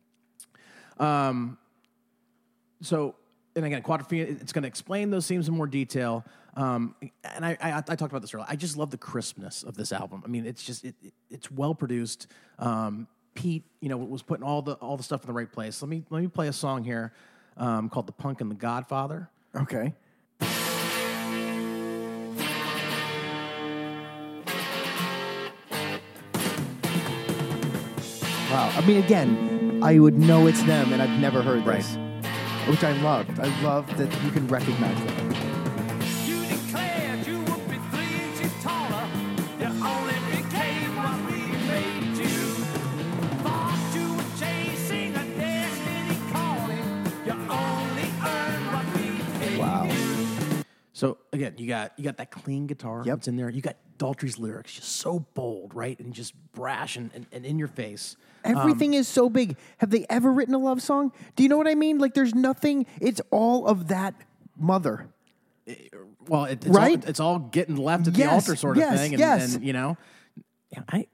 Speaker 2: so and again quadrophenia it's going to explain those themes in more detail um, and I, I i talked about this earlier i just love the crispness of this album i mean it's just it, it- it's well produced um, pete you know was putting all the all the stuff in the right place let me let me play a song here um, called the punk and the godfather
Speaker 1: Okay. Wow. I mean, again, I would know it's them, and I've never heard this, which I loved. I love that you can recognize them.
Speaker 6: You declared you would be three inches taller. You only became what we made you. Thought you were chasing a destiny calling. You only earned what we gave
Speaker 1: Wow.
Speaker 2: So again, you got you got that clean guitar
Speaker 1: Yep.
Speaker 2: that's in there. You got Daltrey's lyrics, just so bold, right, and just brash and, and, and in your face.
Speaker 1: Everything is so big. Have they ever written a love song? Do you know what I mean? Like, there's nothing. It's all of that mother.
Speaker 2: Well, it, it's
Speaker 1: Right?
Speaker 2: All, it's all getting left at
Speaker 1: Yes,
Speaker 2: the altar, sort of
Speaker 1: yes,
Speaker 2: thing. And,
Speaker 1: yes.
Speaker 2: and you know, yeah, I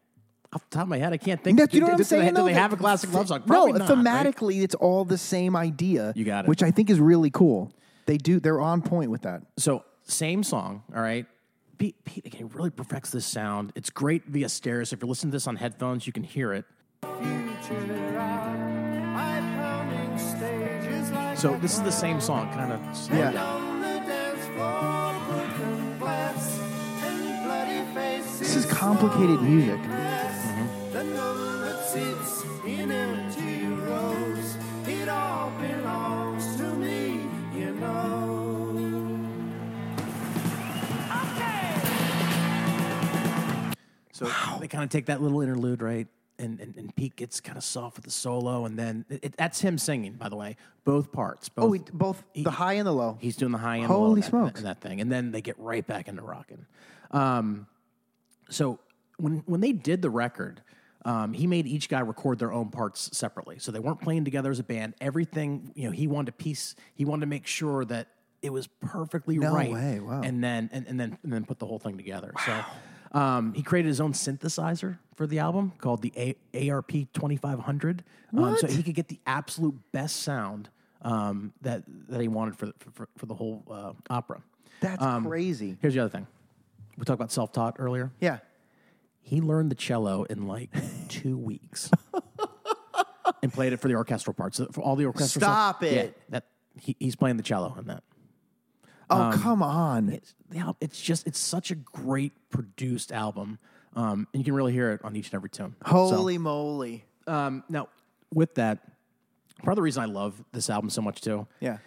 Speaker 2: off the top of my head, I can't think.
Speaker 1: No,
Speaker 2: Do
Speaker 1: you know what I'm
Speaker 2: do
Speaker 1: saying?
Speaker 2: They, do
Speaker 1: though?
Speaker 2: they have a classic
Speaker 1: Th-
Speaker 2: love song?
Speaker 1: No,
Speaker 2: Probably not, right?
Speaker 1: thematically, it's all the same idea.
Speaker 2: You got it.
Speaker 1: Which I think is really cool. They do. They're on point with that.
Speaker 2: So same song, all right. Pete, Pete again really perfects this sound. It's great via stereo. So if you're listening to this on headphones, you can hear it.
Speaker 5: Future out, I pounding stages like
Speaker 2: So
Speaker 5: a
Speaker 2: this is the
Speaker 5: drum.
Speaker 2: same song, kind of.
Speaker 1: Yeah.
Speaker 5: On the dance floor, broken glass and bloody faces.
Speaker 1: This is complicated music.
Speaker 5: The number sits in empty rows. It all belongs to me, you know.
Speaker 2: So they kind of take that little interlude, right? And, and, and Pete gets kind of soft with the solo, and then it, it- that's him singing, by the way, both parts. Both,
Speaker 1: Oh, we, both the high and the low.
Speaker 2: He's doing the high end.
Speaker 1: Holy
Speaker 2: that,
Speaker 1: smokes.
Speaker 2: That thing, and then they get right back into rocking. Um, so when when they did the record, um, he made each guy record their own parts separately, so they weren't playing together as a band. Everything, you know, he wanted to piece. He wanted to make sure that it was perfectly
Speaker 1: No
Speaker 2: right.
Speaker 1: way, wow.
Speaker 2: And then and, and then and then put the whole thing together. So. Um, he created his own synthesizer for the album called the A- ARP 2500. Um, so
Speaker 1: What?
Speaker 2: he could get the absolute best sound um, that that he wanted for the, for, for the whole uh, opera.
Speaker 1: That's
Speaker 2: um,
Speaker 1: crazy.
Speaker 2: Here's the other thing. We talked about self taught earlier.
Speaker 1: Yeah.
Speaker 2: He learned the cello in
Speaker 1: *laughs*
Speaker 2: like two weeks and played it for the orchestral parts. So For all the orchestral
Speaker 1: Stop
Speaker 2: stuff-
Speaker 1: it.
Speaker 2: Yeah, that he, he's playing the cello in that.
Speaker 1: Oh
Speaker 2: um,
Speaker 1: come on.
Speaker 2: It's, the al- it's just it's such a great produced album. Um, and you can really hear it on each and every tune. So-
Speaker 1: Holy moly.
Speaker 2: um, now with that, part of the reason I love this album so much too
Speaker 1: Yeah.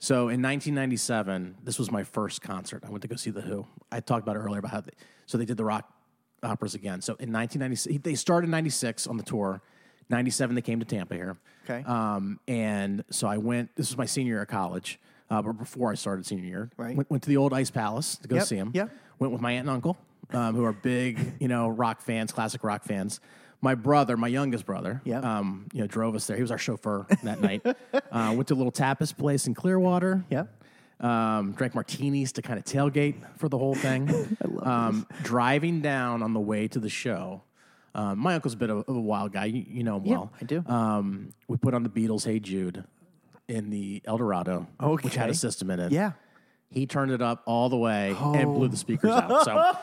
Speaker 2: So in 1997, this was my first concert. I went to go see The Who. I talked about it earlier about how they, so they did the rock operas again. So in 1996, they started in 96 on the tour. 97, they came to Tampa here.
Speaker 1: Okay.
Speaker 2: Um, and so I went, this was my senior year of college, uh, but before I started senior year.
Speaker 1: Right.
Speaker 2: Went, went to the old Ice Palace to go
Speaker 1: Yep,
Speaker 2: see him.
Speaker 1: yep.
Speaker 2: Went with my aunt and uncle, um, who are big, you know, rock fans, classic rock fans. My brother, my youngest brother,
Speaker 1: Yep.
Speaker 2: um, you know, drove us there. He was our chauffeur
Speaker 1: *laughs*
Speaker 2: that night. Uh, went to a little tapas place in Clearwater.
Speaker 1: Yep.
Speaker 2: Um, drank martinis to kind of tailgate for the
Speaker 1: *laughs*
Speaker 2: whole thing. I love um, Driving down on the way to the show, um, my uncle's a bit of, of a wild guy. You, you know him well.
Speaker 1: I do.
Speaker 2: Um, we put on the Beatles' "Hey Jude" in the Eldorado, okay. which had
Speaker 1: Okay.
Speaker 2: a system in it.
Speaker 1: Yeah. Oh.
Speaker 2: He turned it up all the way and blew the speakers out.
Speaker 1: *laughs*
Speaker 2: So.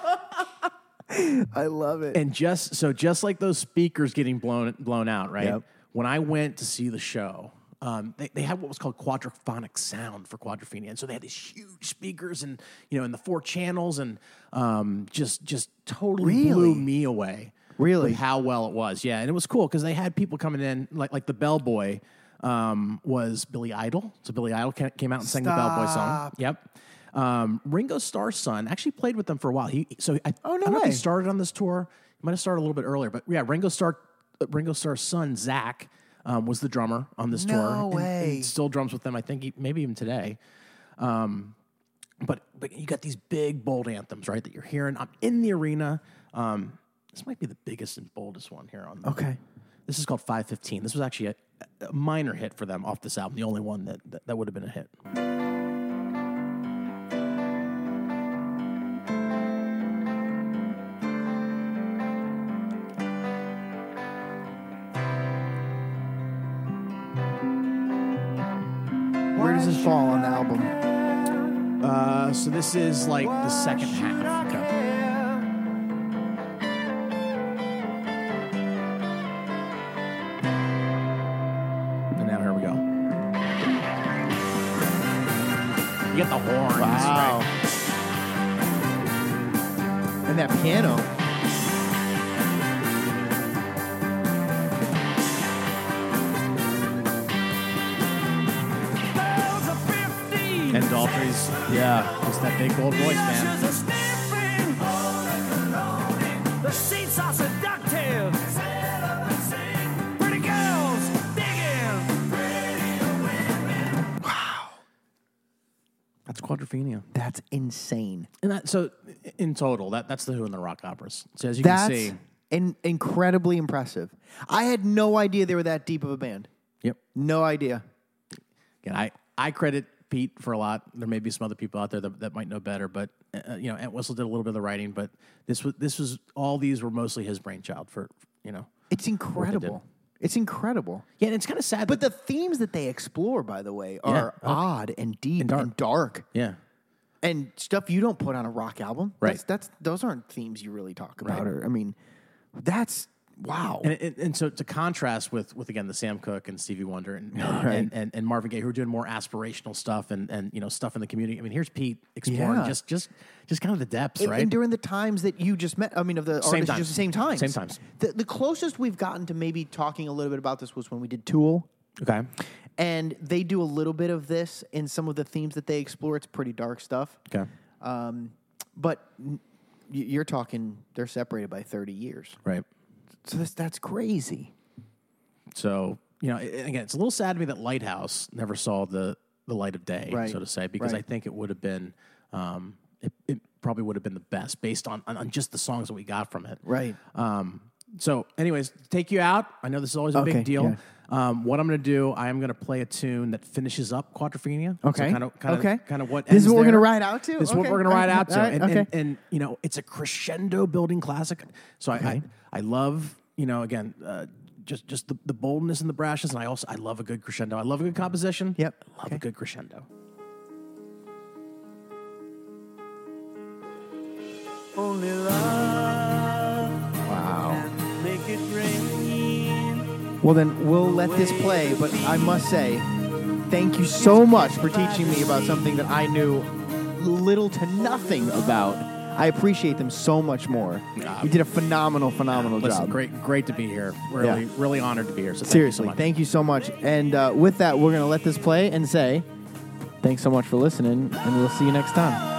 Speaker 1: I love it.
Speaker 2: And just so just like those speakers getting blown blown out, right?
Speaker 1: Yep.
Speaker 2: When I went to see the show, um, they, they had what was called quadraphonic sound for quadrophenia, and so they had these huge speakers and you know in the four channels, and um, just just totally
Speaker 1: Really?
Speaker 2: blew me away.
Speaker 1: Really?
Speaker 2: with how well it was, yeah, and it was cool because they had people coming in like like the bellboy um, was Billy Idol, so Billy Idol ca- came out and sang the bellboy song. Yep. Um, Ringo Starr's son actually played with them for a while. He so I,
Speaker 1: Oh, no
Speaker 2: I don't know if
Speaker 1: way.
Speaker 2: he started on this tour. He might have started a little bit earlier, but yeah, Ringo Starr, uh, Ringo Starr's son Zach um, was the drummer on this tour.
Speaker 1: No
Speaker 2: and- And,
Speaker 1: way.
Speaker 2: still drums with them. I think he, maybe even today. Um, but but you got these big bold anthems, right? That you're hearing. I'm in the arena. Um, this might be the biggest and boldest one here on. The,
Speaker 1: okay.
Speaker 2: This is called 515. This was actually a, a minor hit for them off this album. The only one that that, that would have been a hit.
Speaker 1: Where does this fall on the album?
Speaker 2: Uh, so this is like the second half. And now here we go. You get the horns.
Speaker 1: Wow. And that piano.
Speaker 2: Valkyrie's, yeah, just that big gold voice, man.
Speaker 6: The seats are seductive. Pretty girls digging.
Speaker 2: That's Quadrophenia.
Speaker 1: That's insane.
Speaker 2: And that, so, in total, that, that's the Who and the rock operas. So as you
Speaker 1: That's
Speaker 2: can see,
Speaker 1: in- incredibly impressive. I had no idea they were that deep of a band.
Speaker 2: yep.
Speaker 1: No idea.
Speaker 2: Again, I I credit Pete for a lot. There may be some other people out there that, that might know better, but uh, you know, Entwistle did a little bit of the writing, but this was this was all these were mostly his brainchild for you know.
Speaker 1: It's incredible. It's incredible.
Speaker 2: Yeah, and it's kind of sad,
Speaker 1: But the themes that they explore, by the way, are
Speaker 2: Yeah. Oh.
Speaker 1: odd and deep and
Speaker 2: And
Speaker 1: dark.
Speaker 2: dark.
Speaker 1: and
Speaker 2: yeah,
Speaker 1: stuff you don't put on a rock album.
Speaker 2: Right.
Speaker 1: That's, that's those aren't themes you really talk about.
Speaker 2: Right.
Speaker 1: Or I mean, that's wow.
Speaker 2: and, and and so to contrast with with again the Sam Cooke and Stevie Wonder
Speaker 1: *laughs*
Speaker 2: and and, and, and, and Marvin Gaye who are doing more aspirational stuff and and you know stuff in the community. I mean, here's Pete exploring
Speaker 1: Yeah.
Speaker 2: just just just kind of the depths,
Speaker 1: And-
Speaker 2: right?
Speaker 1: And during the times that you just met, I mean, of the
Speaker 2: Same
Speaker 1: artists, you
Speaker 2: times.
Speaker 1: just same times.
Speaker 2: Same times.
Speaker 1: The, the closest we've gotten to maybe talking a little bit about this was when we did Tool.
Speaker 2: okay,
Speaker 1: And they do a little bit of this in some of the themes that they explore. It's pretty dark stuff.
Speaker 2: okay,
Speaker 1: Um, but n- y- you're talking, they're separated by 30 years.
Speaker 2: right.
Speaker 1: So that's, that's crazy.
Speaker 2: So you know, a- again, it's a little sad to me that Lighthouse never saw the the light of day,
Speaker 1: Right.
Speaker 2: so to say, because
Speaker 1: Right.
Speaker 2: I think it would have been, um, it, it probably would have been the best based on, on on just the songs that we got from it.
Speaker 1: Right.
Speaker 2: Um, so, anyways, to take you out. I know this is always a
Speaker 1: Okay,
Speaker 2: big deal.
Speaker 1: yeah.
Speaker 2: Um, what I'm going to do, I am going to play a tune that finishes up Quadrophenia.
Speaker 1: Okay,
Speaker 2: kind of, kind of,
Speaker 1: okay.
Speaker 2: kind of what
Speaker 1: This is
Speaker 2: ends
Speaker 1: what we're gonna
Speaker 2: there.
Speaker 1: ride out to?
Speaker 2: This is what
Speaker 1: Okay,
Speaker 2: we're going to
Speaker 1: all
Speaker 2: ride
Speaker 1: right,
Speaker 2: out to.
Speaker 1: all right,
Speaker 2: and,
Speaker 1: okay.
Speaker 2: and, and you know, it's a crescendo building classic. So I, I, I love you know again. Uh, just, just the, the boldness and the brashness, and I also I love a good crescendo. I love a good composition.
Speaker 1: Yep.
Speaker 2: I love a good crescendo.
Speaker 6: Only love
Speaker 1: Wow.
Speaker 6: make it rain.
Speaker 1: Well, then we'll let this play, but I must say, thank you so much for teaching me about something that I knew little to nothing about. I appreciate them so much more. You did a phenomenal, phenomenal
Speaker 2: Listen,
Speaker 1: job.
Speaker 2: great, great to be here. Really,
Speaker 1: Yeah.
Speaker 2: really honored to be here. So thank
Speaker 1: Seriously,
Speaker 2: you so much.
Speaker 1: thank you so much. And uh, with that, we're going to let this play and say thanks so much for listening, and we'll see you next time.